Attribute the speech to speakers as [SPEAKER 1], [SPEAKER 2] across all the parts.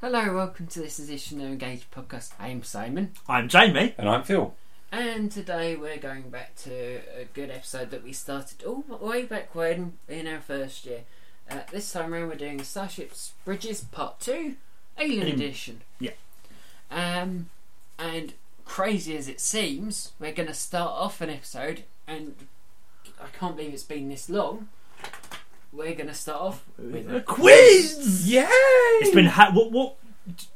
[SPEAKER 1] Hello, welcome to this edition of Engage Podcast. I'm Simon,
[SPEAKER 2] I'm Jamie.
[SPEAKER 3] And I'm Phil.
[SPEAKER 1] and today we're going back to a good episode that we started all the way back when in our first year. Uh, this time around, we're doing Starships Bridges Part 2 Alien
[SPEAKER 2] Mm.
[SPEAKER 1] Edition.
[SPEAKER 2] Yeah.
[SPEAKER 1] Um, and crazy as it seems, we're going to start off an episode, and I can't believe it's been this long. We're going to start off with
[SPEAKER 2] A
[SPEAKER 1] a
[SPEAKER 2] quiz.
[SPEAKER 3] Yay!
[SPEAKER 2] It's been ha- what what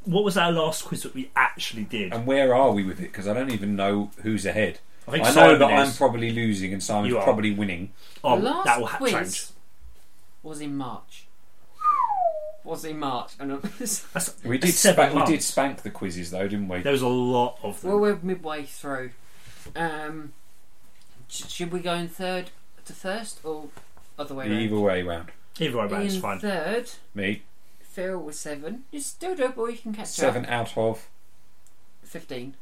[SPEAKER 2] what was our last quiz that we actually did?
[SPEAKER 3] And where are we with it? Because I don't even know who's ahead.
[SPEAKER 2] I
[SPEAKER 3] I,
[SPEAKER 2] think
[SPEAKER 3] know
[SPEAKER 2] Simon
[SPEAKER 3] that I'm
[SPEAKER 2] is.
[SPEAKER 3] probably losing and Simon's
[SPEAKER 2] You are.
[SPEAKER 3] probably winning.
[SPEAKER 2] oh,
[SPEAKER 1] The last
[SPEAKER 2] that will ha-
[SPEAKER 1] quiz
[SPEAKER 2] change.
[SPEAKER 1] was in March. Was in March, and it was-
[SPEAKER 2] That's-
[SPEAKER 3] We
[SPEAKER 2] that's
[SPEAKER 3] did
[SPEAKER 2] seven
[SPEAKER 3] spank, we
[SPEAKER 2] months.
[SPEAKER 3] did spank the quizzes though, didn't we?
[SPEAKER 2] There was a lot of them.
[SPEAKER 1] well, we're midway through. Um, sh- should we go in third to first, or other way around?
[SPEAKER 3] Either way round.
[SPEAKER 2] Either way, man, it's
[SPEAKER 1] in
[SPEAKER 2] fine.
[SPEAKER 1] third,
[SPEAKER 3] Me
[SPEAKER 1] Phil was seven. You still do, but you can catch
[SPEAKER 3] seven
[SPEAKER 1] up.
[SPEAKER 3] out of
[SPEAKER 1] Fifteen.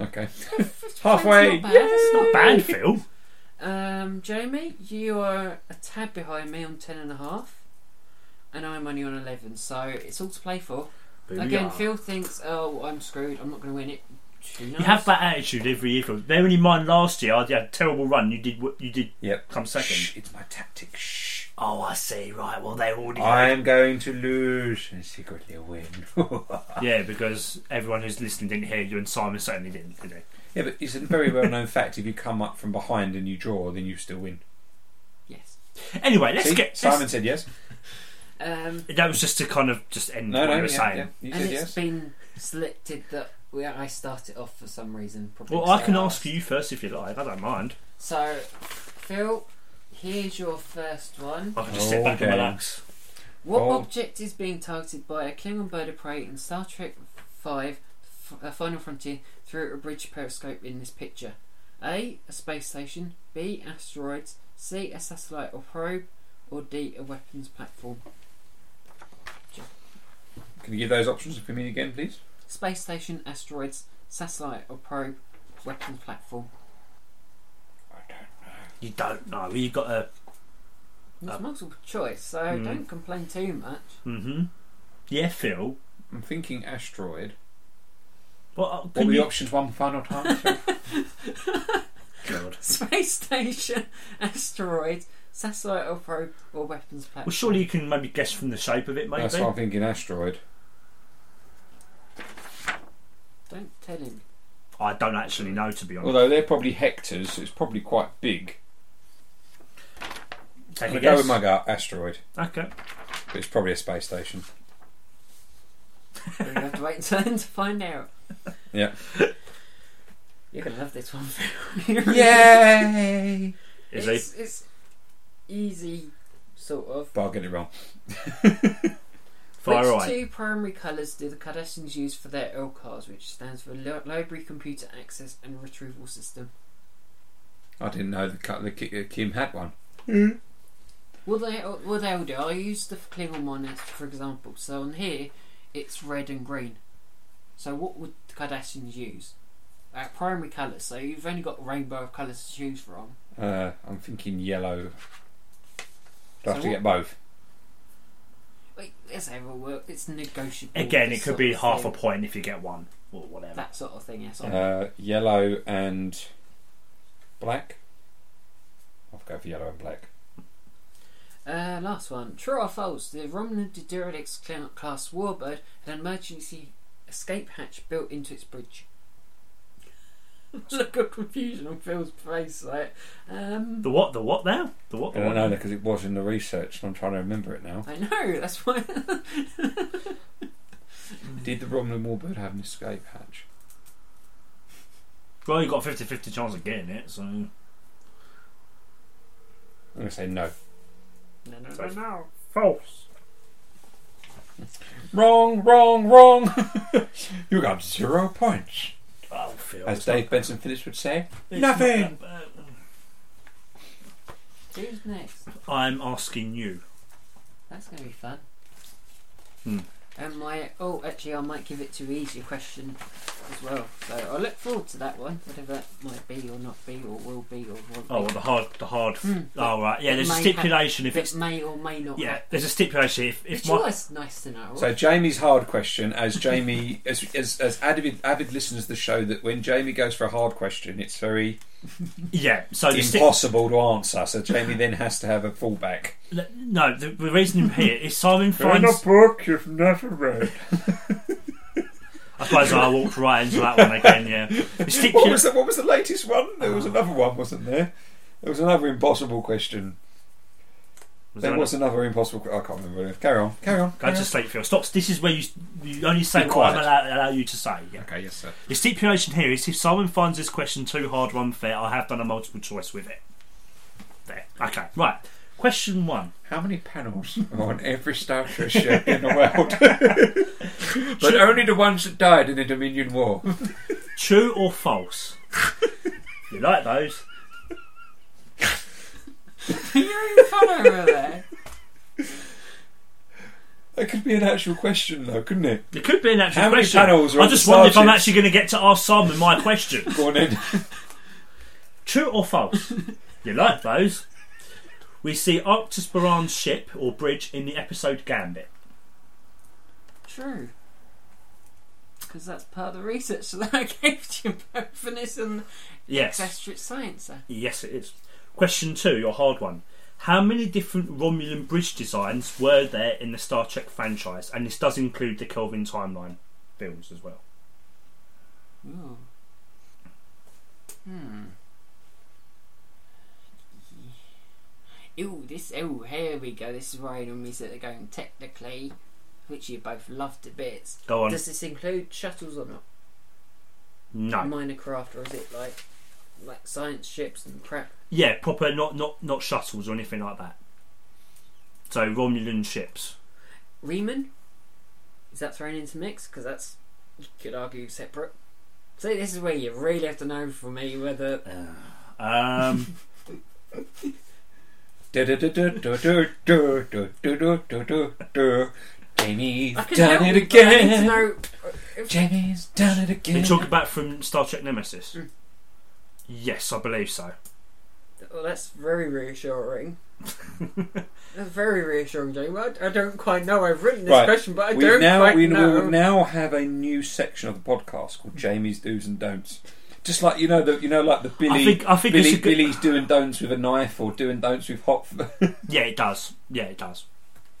[SPEAKER 3] okay
[SPEAKER 1] Halfway.
[SPEAKER 3] halfway.
[SPEAKER 1] Not bad. It's not
[SPEAKER 2] Band Phil.
[SPEAKER 1] bad. Um, Jamie, you are a tad behind me on ten and a half, and I'm only on eleven. So it's all to play for. Again, Phil thinks, "Oh, I'm screwed. I'm not going to win it." Who
[SPEAKER 2] You
[SPEAKER 1] knows?
[SPEAKER 2] have that attitude every year. Phil. Bearing in mind, last year I had a terrible run. You did what you did.
[SPEAKER 3] Yep.
[SPEAKER 2] Come second.
[SPEAKER 3] Shh, it's my tactic. Shh.
[SPEAKER 2] Oh, I see. Right. Well, they already.
[SPEAKER 3] I
[SPEAKER 2] had-
[SPEAKER 3] am going to lose and secretly win. yeah,
[SPEAKER 2] Yeah, because everyone who's listening didn't hear you, and Simon certainly didn't. Did he?
[SPEAKER 3] but it's a very well known fact if you come up from behind and you draw, then you still win.
[SPEAKER 1] Yes.
[SPEAKER 2] Anyway, let's
[SPEAKER 3] See?
[SPEAKER 2] get. let's-
[SPEAKER 3] Simon said yes.
[SPEAKER 1] Um,
[SPEAKER 2] that was just to kind of just end
[SPEAKER 3] No,
[SPEAKER 2] what
[SPEAKER 3] no,
[SPEAKER 2] you were
[SPEAKER 3] yeah,
[SPEAKER 2] saying.
[SPEAKER 3] yeah. You
[SPEAKER 1] and
[SPEAKER 3] said
[SPEAKER 1] it's
[SPEAKER 3] yes.
[SPEAKER 1] been selected that we, I start it off for some reason. Probably
[SPEAKER 2] Well, I
[SPEAKER 1] because
[SPEAKER 2] can
[SPEAKER 1] I
[SPEAKER 2] ask
[SPEAKER 1] asked.
[SPEAKER 2] you first if you like. I don't mind.
[SPEAKER 1] So, Phil, here's your first one.
[SPEAKER 2] I can just sit
[SPEAKER 3] Oh,
[SPEAKER 2] back and
[SPEAKER 3] okay.
[SPEAKER 2] relax.
[SPEAKER 1] What
[SPEAKER 3] Oh.
[SPEAKER 1] object is being targeted by a Klingon bird of prey in Star Trek V: F- uh, Final Frontier through a bridge periscope in this picture? A. A space station. B. Asteroids. C. A satellite or probe. Or D. A weapons platform.
[SPEAKER 3] Can you give those options for me again, please?
[SPEAKER 1] Space station, asteroids, satellite or probe, weapons platform.
[SPEAKER 2] You don't know. You got a.
[SPEAKER 1] It's
[SPEAKER 2] Uh,
[SPEAKER 1] multiple choice, so
[SPEAKER 2] Mm.
[SPEAKER 1] don't complain too much.
[SPEAKER 2] Mm-hmm. Yeah, Phil.
[SPEAKER 3] I'm thinking asteroid.
[SPEAKER 2] What, uh,
[SPEAKER 3] What
[SPEAKER 2] can
[SPEAKER 3] were the
[SPEAKER 2] you?
[SPEAKER 3] options one final time?
[SPEAKER 2] God.
[SPEAKER 1] Space station, asteroid, satellite or probe, or weapons platform.
[SPEAKER 2] Well, surely you can maybe guess from the shape of it, maybe.
[SPEAKER 3] That's why I'm thinking asteroid.
[SPEAKER 1] Don't tell him.
[SPEAKER 2] I don't actually know, to be honest.
[SPEAKER 3] Although they're probably hectares, so it's probably quite big.
[SPEAKER 2] Take
[SPEAKER 3] I'm
[SPEAKER 2] a
[SPEAKER 3] going to go
[SPEAKER 2] guess.
[SPEAKER 3] with my gut, asteroid.
[SPEAKER 2] Okay.
[SPEAKER 3] But it's probably a space station.
[SPEAKER 1] We're gonna have to wait until then to find out.
[SPEAKER 3] Yeah.
[SPEAKER 1] You're gonna love this one. Phil.
[SPEAKER 3] Yay!
[SPEAKER 2] Is
[SPEAKER 1] it's, it's easy, sort of.
[SPEAKER 3] But I'll get it wrong.
[SPEAKER 2] he far
[SPEAKER 1] which
[SPEAKER 2] away?
[SPEAKER 1] two primary colours do the Kardashians use for their LCARS, which stands for Li- Library Computer Access and Retrieval System?
[SPEAKER 3] I didn't know the, cut- the Ki- uh, Kim had one.
[SPEAKER 1] Well, they well they all do. I use the Klingon one as for example. So on here, it's red and green. So what would the Kardashians use? Uh, primary colours. So you've only got a rainbow of colours to choose from.
[SPEAKER 3] Uh, I'm thinking yellow. Do
[SPEAKER 1] So
[SPEAKER 3] I have
[SPEAKER 1] what-
[SPEAKER 3] to get both?
[SPEAKER 1] Wait, it's overwork. It's negotiable.
[SPEAKER 2] Again,
[SPEAKER 1] this
[SPEAKER 2] it could
[SPEAKER 1] sort
[SPEAKER 2] be
[SPEAKER 1] of
[SPEAKER 2] half a
[SPEAKER 1] thing.
[SPEAKER 2] point if you get one or whatever.
[SPEAKER 1] That sort of thing. Yes.
[SPEAKER 3] Uh, yellow and black? I'll go for yellow and black.
[SPEAKER 1] Uh, last one. True or false? The Romulan Derelict cl- class warbird had an emergency escape hatch built into its bridge. Look at confusion on Phil's face. Like, um,
[SPEAKER 2] The what? The what now? The what?
[SPEAKER 3] I
[SPEAKER 2] The
[SPEAKER 3] don't
[SPEAKER 2] what
[SPEAKER 3] know
[SPEAKER 2] now?
[SPEAKER 3] because it was in the research and I'm trying to remember it now.
[SPEAKER 1] I know. That's why.
[SPEAKER 3] Did the Romulan Warbird have an escape hatch?
[SPEAKER 2] Well, you've got a 50-50 chance of getting it, so...
[SPEAKER 3] I'm going to say no.
[SPEAKER 1] no, no, no,
[SPEAKER 2] Sorry.
[SPEAKER 1] no.
[SPEAKER 2] False.
[SPEAKER 3] Wrong, wrong, wrong. you got zero points.
[SPEAKER 2] Oh, Phil.
[SPEAKER 3] As
[SPEAKER 2] it's not-
[SPEAKER 3] Dave Benson Phillips would say,
[SPEAKER 2] it's
[SPEAKER 3] nothing.
[SPEAKER 2] not that bad.
[SPEAKER 1] Who's next?
[SPEAKER 2] I'm asking you.
[SPEAKER 1] That's gonna be fun.
[SPEAKER 2] Hmm.
[SPEAKER 1] And my oh, actually, I might give it to easy question as well. So I look forward to that one, whatever that might be or not be or will be or won't
[SPEAKER 2] Oh,
[SPEAKER 1] be.
[SPEAKER 2] well, the hard, the hard.
[SPEAKER 1] Hmm.
[SPEAKER 2] Oh right, yeah.
[SPEAKER 1] It
[SPEAKER 2] There's a
[SPEAKER 1] may
[SPEAKER 2] stipulation if
[SPEAKER 1] If it
[SPEAKER 2] it's
[SPEAKER 1] may or may not.
[SPEAKER 2] yeah.
[SPEAKER 1] happen.
[SPEAKER 2] There's a stipulation if if
[SPEAKER 1] Which
[SPEAKER 2] my
[SPEAKER 1] was nice to know.
[SPEAKER 3] So Jamie's hard question, as Jamie, as as, as avid avid listeners of the show, that when Jamie goes for a hard question, it's very
[SPEAKER 2] yeah.
[SPEAKER 3] Oh,
[SPEAKER 2] So the sti-
[SPEAKER 3] impossible to answer. So Jamie then has to have a fallback.
[SPEAKER 2] le- no, the, the reason here is Simon finds.
[SPEAKER 3] book you've never read.
[SPEAKER 2] I suppose I walked right into that one again. Yeah. The
[SPEAKER 3] What
[SPEAKER 2] stipula-
[SPEAKER 3] was the What was the latest one? There was another one, wasn't there? There was another impossible question.
[SPEAKER 2] was
[SPEAKER 3] There
[SPEAKER 2] that-
[SPEAKER 3] was another impossible. que- I can't remember. Carry on. Carry on.
[SPEAKER 2] Go
[SPEAKER 3] Carry
[SPEAKER 2] to
[SPEAKER 3] on.
[SPEAKER 2] sleep, Phil. Stop. This is where you you only say
[SPEAKER 3] Be
[SPEAKER 2] what I'm
[SPEAKER 3] quiet.
[SPEAKER 2] allow, allow you to say. Yeah.
[SPEAKER 3] Okay, yes, sir.
[SPEAKER 2] The stipulation here is if someone finds this question too hard or unfair, I have done a multiple choice with it. There. Okay. Right. Question one.
[SPEAKER 3] How many panels are on every Star Trek ship in the world? but only the ones that died in the Dominion War.
[SPEAKER 2] True or false? you like those?
[SPEAKER 1] You're in fun over there.
[SPEAKER 3] That could be an actual question, though, couldn't it?
[SPEAKER 2] There could be an actual
[SPEAKER 3] How many
[SPEAKER 2] question.
[SPEAKER 3] panels are
[SPEAKER 2] I
[SPEAKER 3] on
[SPEAKER 2] just
[SPEAKER 3] the
[SPEAKER 2] wonder if I'm
[SPEAKER 3] Starship?
[SPEAKER 2] actually going to get to ask Simon my question.
[SPEAKER 3] Go on in.
[SPEAKER 2] True or false? you like those? We see Arctus Baran's ship or bridge in the episode Gambit.
[SPEAKER 1] True. Because that's part of the research that I gave to you about Finniss and
[SPEAKER 2] Yes.
[SPEAKER 1] Gastric Science. There.
[SPEAKER 2] Yes, it is. Question two, your hard one. How many different Romulan bridge designs were there in the Star Trek franchise? And this does include the Kelvin timeline films as well.
[SPEAKER 1] Ooh. Hmm. Ooh, this. Oh, here we go. This is right on me. So they're going technically, which you both love to bits.
[SPEAKER 2] Go on.
[SPEAKER 1] Does this include shuttles or not?
[SPEAKER 2] No.
[SPEAKER 1] Minor craft, or is it like like science ships and crap?
[SPEAKER 2] Yeah, proper, not not not shuttles or anything like that. So Romulan ships.
[SPEAKER 1] Riemann? Is that thrown into mix? Because that's you could argue separate. So this is where you really have to know for me whether
[SPEAKER 2] Um,
[SPEAKER 3] Jamie's
[SPEAKER 1] I can help,
[SPEAKER 3] done it
[SPEAKER 1] but I need to
[SPEAKER 3] again.
[SPEAKER 1] know
[SPEAKER 3] Jamie's done it
[SPEAKER 2] you
[SPEAKER 3] again.
[SPEAKER 2] talk about from Star Trek Nemesis.
[SPEAKER 1] Mm.
[SPEAKER 2] Yes, I believe so.
[SPEAKER 1] Well, that's very reassuring. that's very reassuring, Jamie. I, I don't quite know. I've written this
[SPEAKER 3] Right.
[SPEAKER 1] question, but I
[SPEAKER 3] We
[SPEAKER 1] don't
[SPEAKER 3] now
[SPEAKER 1] quite
[SPEAKER 3] we
[SPEAKER 1] know.
[SPEAKER 3] will now have a new section of the podcast called Jamie's Do's and Don'ts. Just like you know the you know like the Billy
[SPEAKER 2] I think I think
[SPEAKER 3] Billy
[SPEAKER 2] it's a good.
[SPEAKER 3] Billy's doing don'ts with a knife or doing don'ts with hot.
[SPEAKER 2] Yeah, it does. Yeah, it does.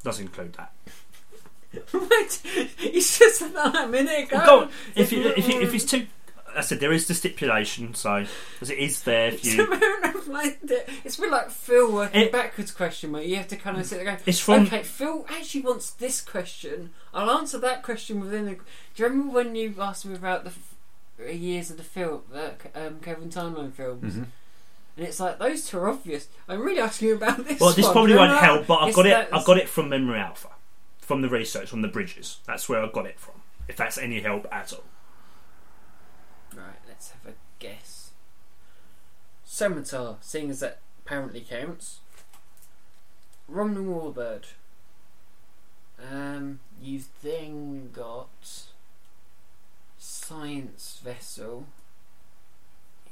[SPEAKER 2] Does include that.
[SPEAKER 1] Wait, you just said that a minute ago.
[SPEAKER 2] Well, go on. If you, if, you, if it's too, I said there is the stipulation, so because it is there. If
[SPEAKER 1] It's a
[SPEAKER 2] you,
[SPEAKER 1] matter of like the- it's been like Phil working
[SPEAKER 2] It-
[SPEAKER 1] backwards question where you have to kind of sit there going,
[SPEAKER 2] it's from
[SPEAKER 1] okay, Phil actually wants this question. I'll answer that question within. A, do you remember when you asked me about the f- years of the film, the um, Kevin Timeline films?
[SPEAKER 3] Mm.
[SPEAKER 1] And it's like those two are obvious. I'm really asking you about this.
[SPEAKER 2] well, this
[SPEAKER 1] one.
[SPEAKER 2] probably
[SPEAKER 1] No,
[SPEAKER 2] won't
[SPEAKER 1] no,
[SPEAKER 2] help, but I
[SPEAKER 1] it's
[SPEAKER 2] got it.
[SPEAKER 1] that-
[SPEAKER 2] I got it from Memory Alpha, from the research on the bridges. That's where I got it from. If that's any help at all.
[SPEAKER 1] Right, let's have a guess. Scimitar, seeing as that apparently counts. Romulan Warbird. Um, you've then got science vessel.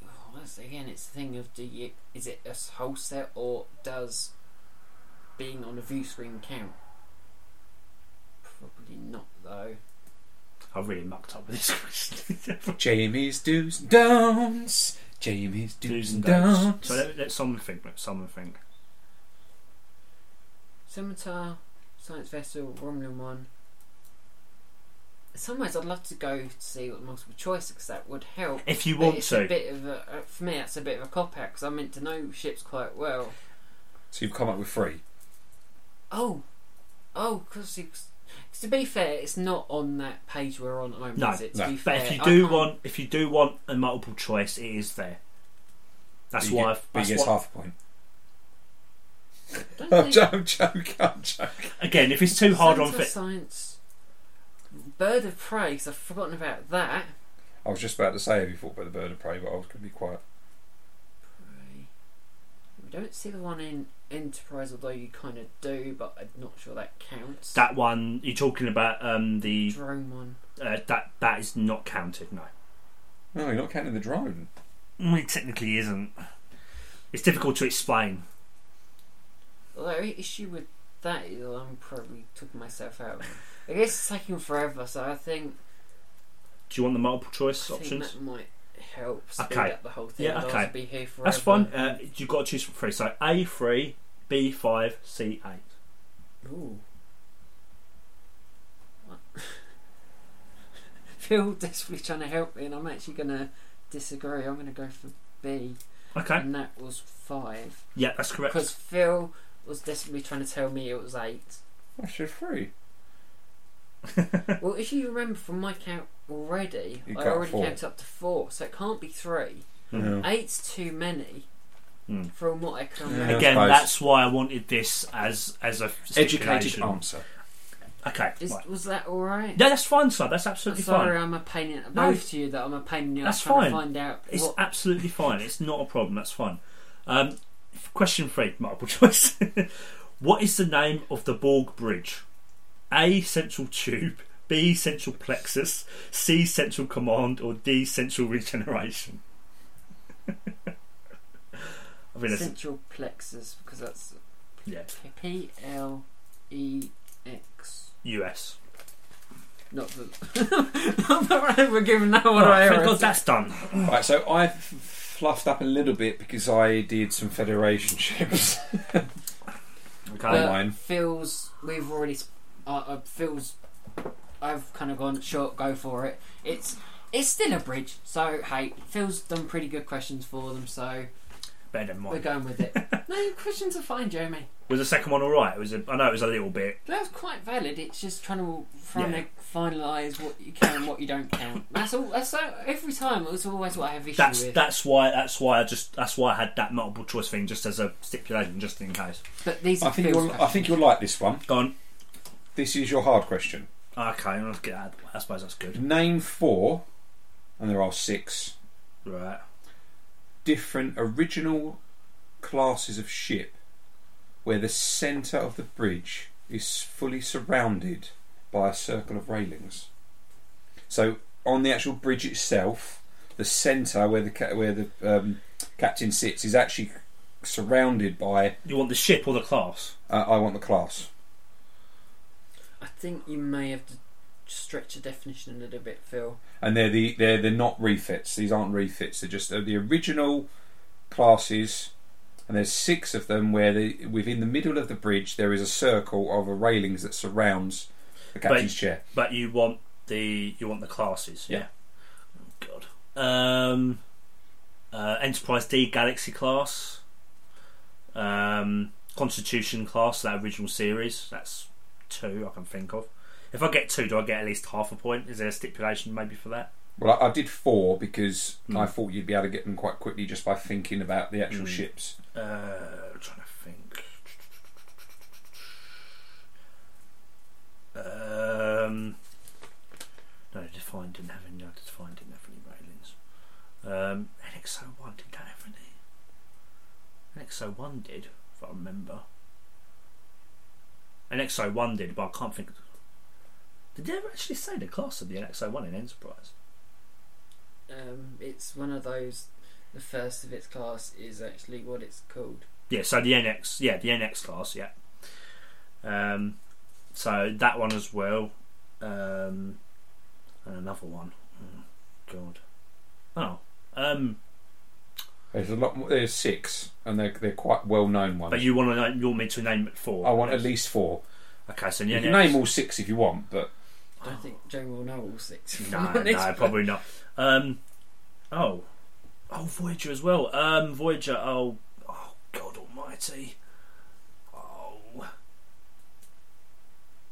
[SPEAKER 1] Oh, that's again, it's a thing of do you is it a s- whole set or does being on a view screen count? Probably not though.
[SPEAKER 2] I really mucked up with this question.
[SPEAKER 3] Jamie's Do's and Don'ts. Jamie's Do's and
[SPEAKER 2] So
[SPEAKER 3] Don'ts.
[SPEAKER 2] let, let someone think. Let someone think.
[SPEAKER 1] Scimitar, Science Vessel, Romulan One. In some ways, I'd love to go to see what the multiple choice because that would help.
[SPEAKER 2] If you
[SPEAKER 1] But
[SPEAKER 2] want
[SPEAKER 1] it's
[SPEAKER 2] to,
[SPEAKER 1] a bit of a uh, for me. That's a bit of a cop out because I'm meant to know ships quite well.
[SPEAKER 3] So you've come up with three.
[SPEAKER 1] Oh, oh, because to be fair, it's not on that page we're on at the moment.
[SPEAKER 2] No,
[SPEAKER 1] is it? To
[SPEAKER 3] no.
[SPEAKER 1] be
[SPEAKER 2] but
[SPEAKER 1] fair,
[SPEAKER 2] if you
[SPEAKER 1] I
[SPEAKER 2] do
[SPEAKER 1] can't-
[SPEAKER 2] want, if you do want a multiple choice, it is there. That's
[SPEAKER 3] But you
[SPEAKER 2] why.
[SPEAKER 3] get-
[SPEAKER 2] I've,
[SPEAKER 3] But he
[SPEAKER 2] that's
[SPEAKER 3] gets
[SPEAKER 2] why
[SPEAKER 3] half a point.
[SPEAKER 1] don't
[SPEAKER 3] I'm
[SPEAKER 1] think-
[SPEAKER 3] joking. I'm joking. I'm joking.
[SPEAKER 2] again, if it's too hard on
[SPEAKER 1] Santa
[SPEAKER 2] fit,
[SPEAKER 1] science. Bird of prey. 'cause I've forgotten about that.
[SPEAKER 3] I was just about to say have you thought about the bird of prey, but I was going to be quiet.
[SPEAKER 1] We don't see the one in Enterprise, although you kind of do, but I'm not sure that counts.
[SPEAKER 2] That one you're talking about, um, the
[SPEAKER 1] drone one.
[SPEAKER 2] uh, that that is not counted. No,
[SPEAKER 3] No, you're not counting the drone.
[SPEAKER 2] Mm, it technically isn't. It's difficult to explain.
[SPEAKER 1] Although the issue with that is I'm probably talking myself out. I guess it's taking forever, so I think,
[SPEAKER 2] Do you want the multiple choice
[SPEAKER 1] I think
[SPEAKER 2] options?
[SPEAKER 1] that might help speed
[SPEAKER 2] Okay.
[SPEAKER 1] up the whole thing.
[SPEAKER 2] Yeah,
[SPEAKER 1] otherwise
[SPEAKER 2] okay.
[SPEAKER 1] I'll be here forever.
[SPEAKER 2] That's fine. Uh, you've got to choose from three. So A three, B five, C eight.
[SPEAKER 1] Ooh. What? Phil desperately trying to help me, and I'm actually going to disagree. I'm going to go for B,
[SPEAKER 2] Okay.
[SPEAKER 1] and that was five.
[SPEAKER 2] Yeah, that's correct.
[SPEAKER 1] Because Phil was desperately trying to tell me it was eight.
[SPEAKER 3] I should free.
[SPEAKER 1] Well, if you remember from my count already, I
[SPEAKER 3] You count
[SPEAKER 1] already
[SPEAKER 3] four.
[SPEAKER 1] counted up to four, so it can't be three. Mm.
[SPEAKER 2] Mhm.
[SPEAKER 1] Eight's too many
[SPEAKER 2] Mm.
[SPEAKER 1] from what I can
[SPEAKER 3] Yeah.
[SPEAKER 1] remember.
[SPEAKER 2] Again,
[SPEAKER 3] Both.
[SPEAKER 2] that's why I wanted this as as a
[SPEAKER 3] Educated
[SPEAKER 2] stipulation.
[SPEAKER 3] answer.
[SPEAKER 2] Okay.
[SPEAKER 1] Is,
[SPEAKER 2] right.
[SPEAKER 1] was that alright?
[SPEAKER 2] Yeah, that's fine, sir. That's absolutely
[SPEAKER 1] Sorry,
[SPEAKER 2] fine.
[SPEAKER 1] I'm a pain in
[SPEAKER 2] No.
[SPEAKER 1] both to you that I'm a pain in the
[SPEAKER 2] That's
[SPEAKER 1] ass trying to
[SPEAKER 2] fine.
[SPEAKER 1] find out
[SPEAKER 2] It's
[SPEAKER 1] what
[SPEAKER 2] absolutely fine. It's not a problem. That's fine. Um, f- question three, multiple choice. what is the name of the Borg Bridge? A. Central Tube. B. Central Plexus. C. Central Command. Or D. Central Regeneration. I mean, that's,
[SPEAKER 1] central plexus because that's
[SPEAKER 2] yeah,
[SPEAKER 1] P L E X.
[SPEAKER 2] US.
[SPEAKER 1] Not that I'm not ever giving that one
[SPEAKER 2] Right,
[SPEAKER 1] away.
[SPEAKER 2] thank God that's done.
[SPEAKER 3] Right, so I f- fluffed up a little bit because I did some Federation ships
[SPEAKER 2] Okay.
[SPEAKER 1] But
[SPEAKER 3] online.
[SPEAKER 1] Phil's, we've already. s- Uh, uh, Phil's, I've kind of gone short. Go for it. It's it's still a bridge. So hey, Phil's done pretty good questions for them. So
[SPEAKER 2] Bear in
[SPEAKER 1] we're
[SPEAKER 2] mind.
[SPEAKER 1] going with it. no, your questions are fine, Jeremy.
[SPEAKER 2] Was the second one all right? It was. A, I know it was a little bit.
[SPEAKER 1] That was quite valid. It's just trying to trying
[SPEAKER 2] Yeah.
[SPEAKER 1] to finalise what you count and what you don't count. That's all. That's all, every time. It's always what I have issue
[SPEAKER 2] That's
[SPEAKER 1] with.
[SPEAKER 2] that's why that's why I just that's why I had that multiple choice thing just as a stipulation, just in case.
[SPEAKER 1] But these
[SPEAKER 3] I
[SPEAKER 1] are
[SPEAKER 3] think
[SPEAKER 1] Phil's
[SPEAKER 3] you'll. I
[SPEAKER 1] questions.
[SPEAKER 3] think you'll like this one.
[SPEAKER 2] Gone.
[SPEAKER 3] This is your hard question.
[SPEAKER 2] Okay, let's get out. Of the way. I suppose that's good.
[SPEAKER 3] Name four, and there are six
[SPEAKER 2] Right.
[SPEAKER 3] different original classes of ship where the centre of the bridge is fully surrounded by a circle of railings. So on the actual bridge itself, the centre where the ca- where the um, captain sits is actually surrounded by.
[SPEAKER 2] You want the ship or the class?
[SPEAKER 3] Uh, I want the class.
[SPEAKER 1] I think you may have to stretch the definition a little bit, Phil.
[SPEAKER 3] and they're the they're they're not refits. These aren't refits. They're just uh, the original classes, and there's six of them where the within the middle of the bridge there is a circle of a railings that surrounds the captain's chair.
[SPEAKER 2] But you want the you want the classes.
[SPEAKER 3] Yeah.
[SPEAKER 2] Oh, God. Um. Uh, Enterprise D Galaxy class. Um. Constitution class. That original series. That's two I can think of. If I get two, do I get at least half a point? Is there a stipulation maybe for that?
[SPEAKER 3] Well, I, I did four because
[SPEAKER 2] Mm.
[SPEAKER 3] I thought you'd be able to get them quite quickly just by thinking about the actual
[SPEAKER 2] Mm.
[SPEAKER 3] ships.
[SPEAKER 2] Uh, I'm trying to think. Um, no, defined didn't have any. No, defined didn't have any railings. Um, NX01 did that have any? NX01 did, if I remember. NX01 did, but I can't think. Did they ever actually say the class of the NX01 in Enterprise?
[SPEAKER 1] Um, it's one of those. The first of its class is actually what it's called.
[SPEAKER 2] Yeah, so the NX, yeah, the NX class, yeah. Um, so that one as well, um, and another one. Oh, God, oh, um,
[SPEAKER 3] There's a lot. More, there's six, and they're they're quite well known ones.
[SPEAKER 2] but you want to you want me to name four?
[SPEAKER 3] I want at least four.
[SPEAKER 2] Okay, so the
[SPEAKER 3] You
[SPEAKER 2] NX.
[SPEAKER 3] can name all six if you want, but
[SPEAKER 1] I don't think Jeremy will know all six. if
[SPEAKER 2] No,
[SPEAKER 1] I'm honest.
[SPEAKER 2] no, probably not. Um, oh, oh, Voyager as well. Um, Voyager. Oh, oh, God Almighty. Oh, oh,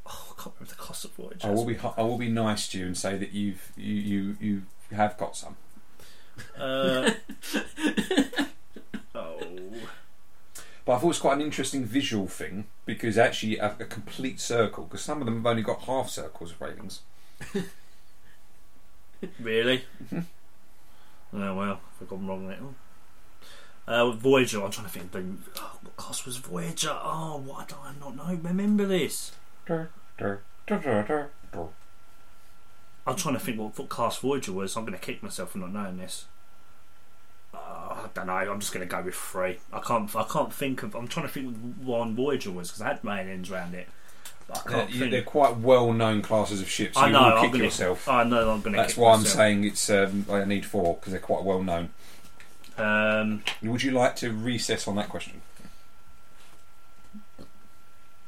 [SPEAKER 2] I can't remember the cost of Voyager.
[SPEAKER 3] I will be I will be nice to you and say that you've you you you have got some.
[SPEAKER 2] Uh, oh.
[SPEAKER 3] But I thought it was quite an interesting visual thing because actually a, a complete circle because some of them have only got half circles of railings.
[SPEAKER 2] Really? oh well, if I've gone wrong there. Uh, Voyager, I'm trying to think. But, oh, I class was Voyager. Oh, why do I not know? Remember this?
[SPEAKER 3] Dur, dur, dur, dur, dur, dur.
[SPEAKER 2] I'm trying to think what, what class Voyager was. I'm going to kick myself for not knowing this. Uh, I don't know. I'm just going to go with three. I can't. I can't think of. I'm trying to think what one Voyager was because I had my aliens around it. But I
[SPEAKER 3] They're,
[SPEAKER 2] can't
[SPEAKER 3] you-
[SPEAKER 2] think.
[SPEAKER 3] they're quite well known classes of ships, so
[SPEAKER 2] I
[SPEAKER 3] you
[SPEAKER 2] know.
[SPEAKER 3] will
[SPEAKER 2] I'm
[SPEAKER 3] kick
[SPEAKER 2] gonna,
[SPEAKER 3] yourself.
[SPEAKER 2] I know. I'm going to.
[SPEAKER 3] That's
[SPEAKER 2] kick
[SPEAKER 3] why I'm
[SPEAKER 2] myself.
[SPEAKER 3] saying it's. Um, I need four because they're quite well known.
[SPEAKER 2] Um,
[SPEAKER 3] Would you like to recess on that question?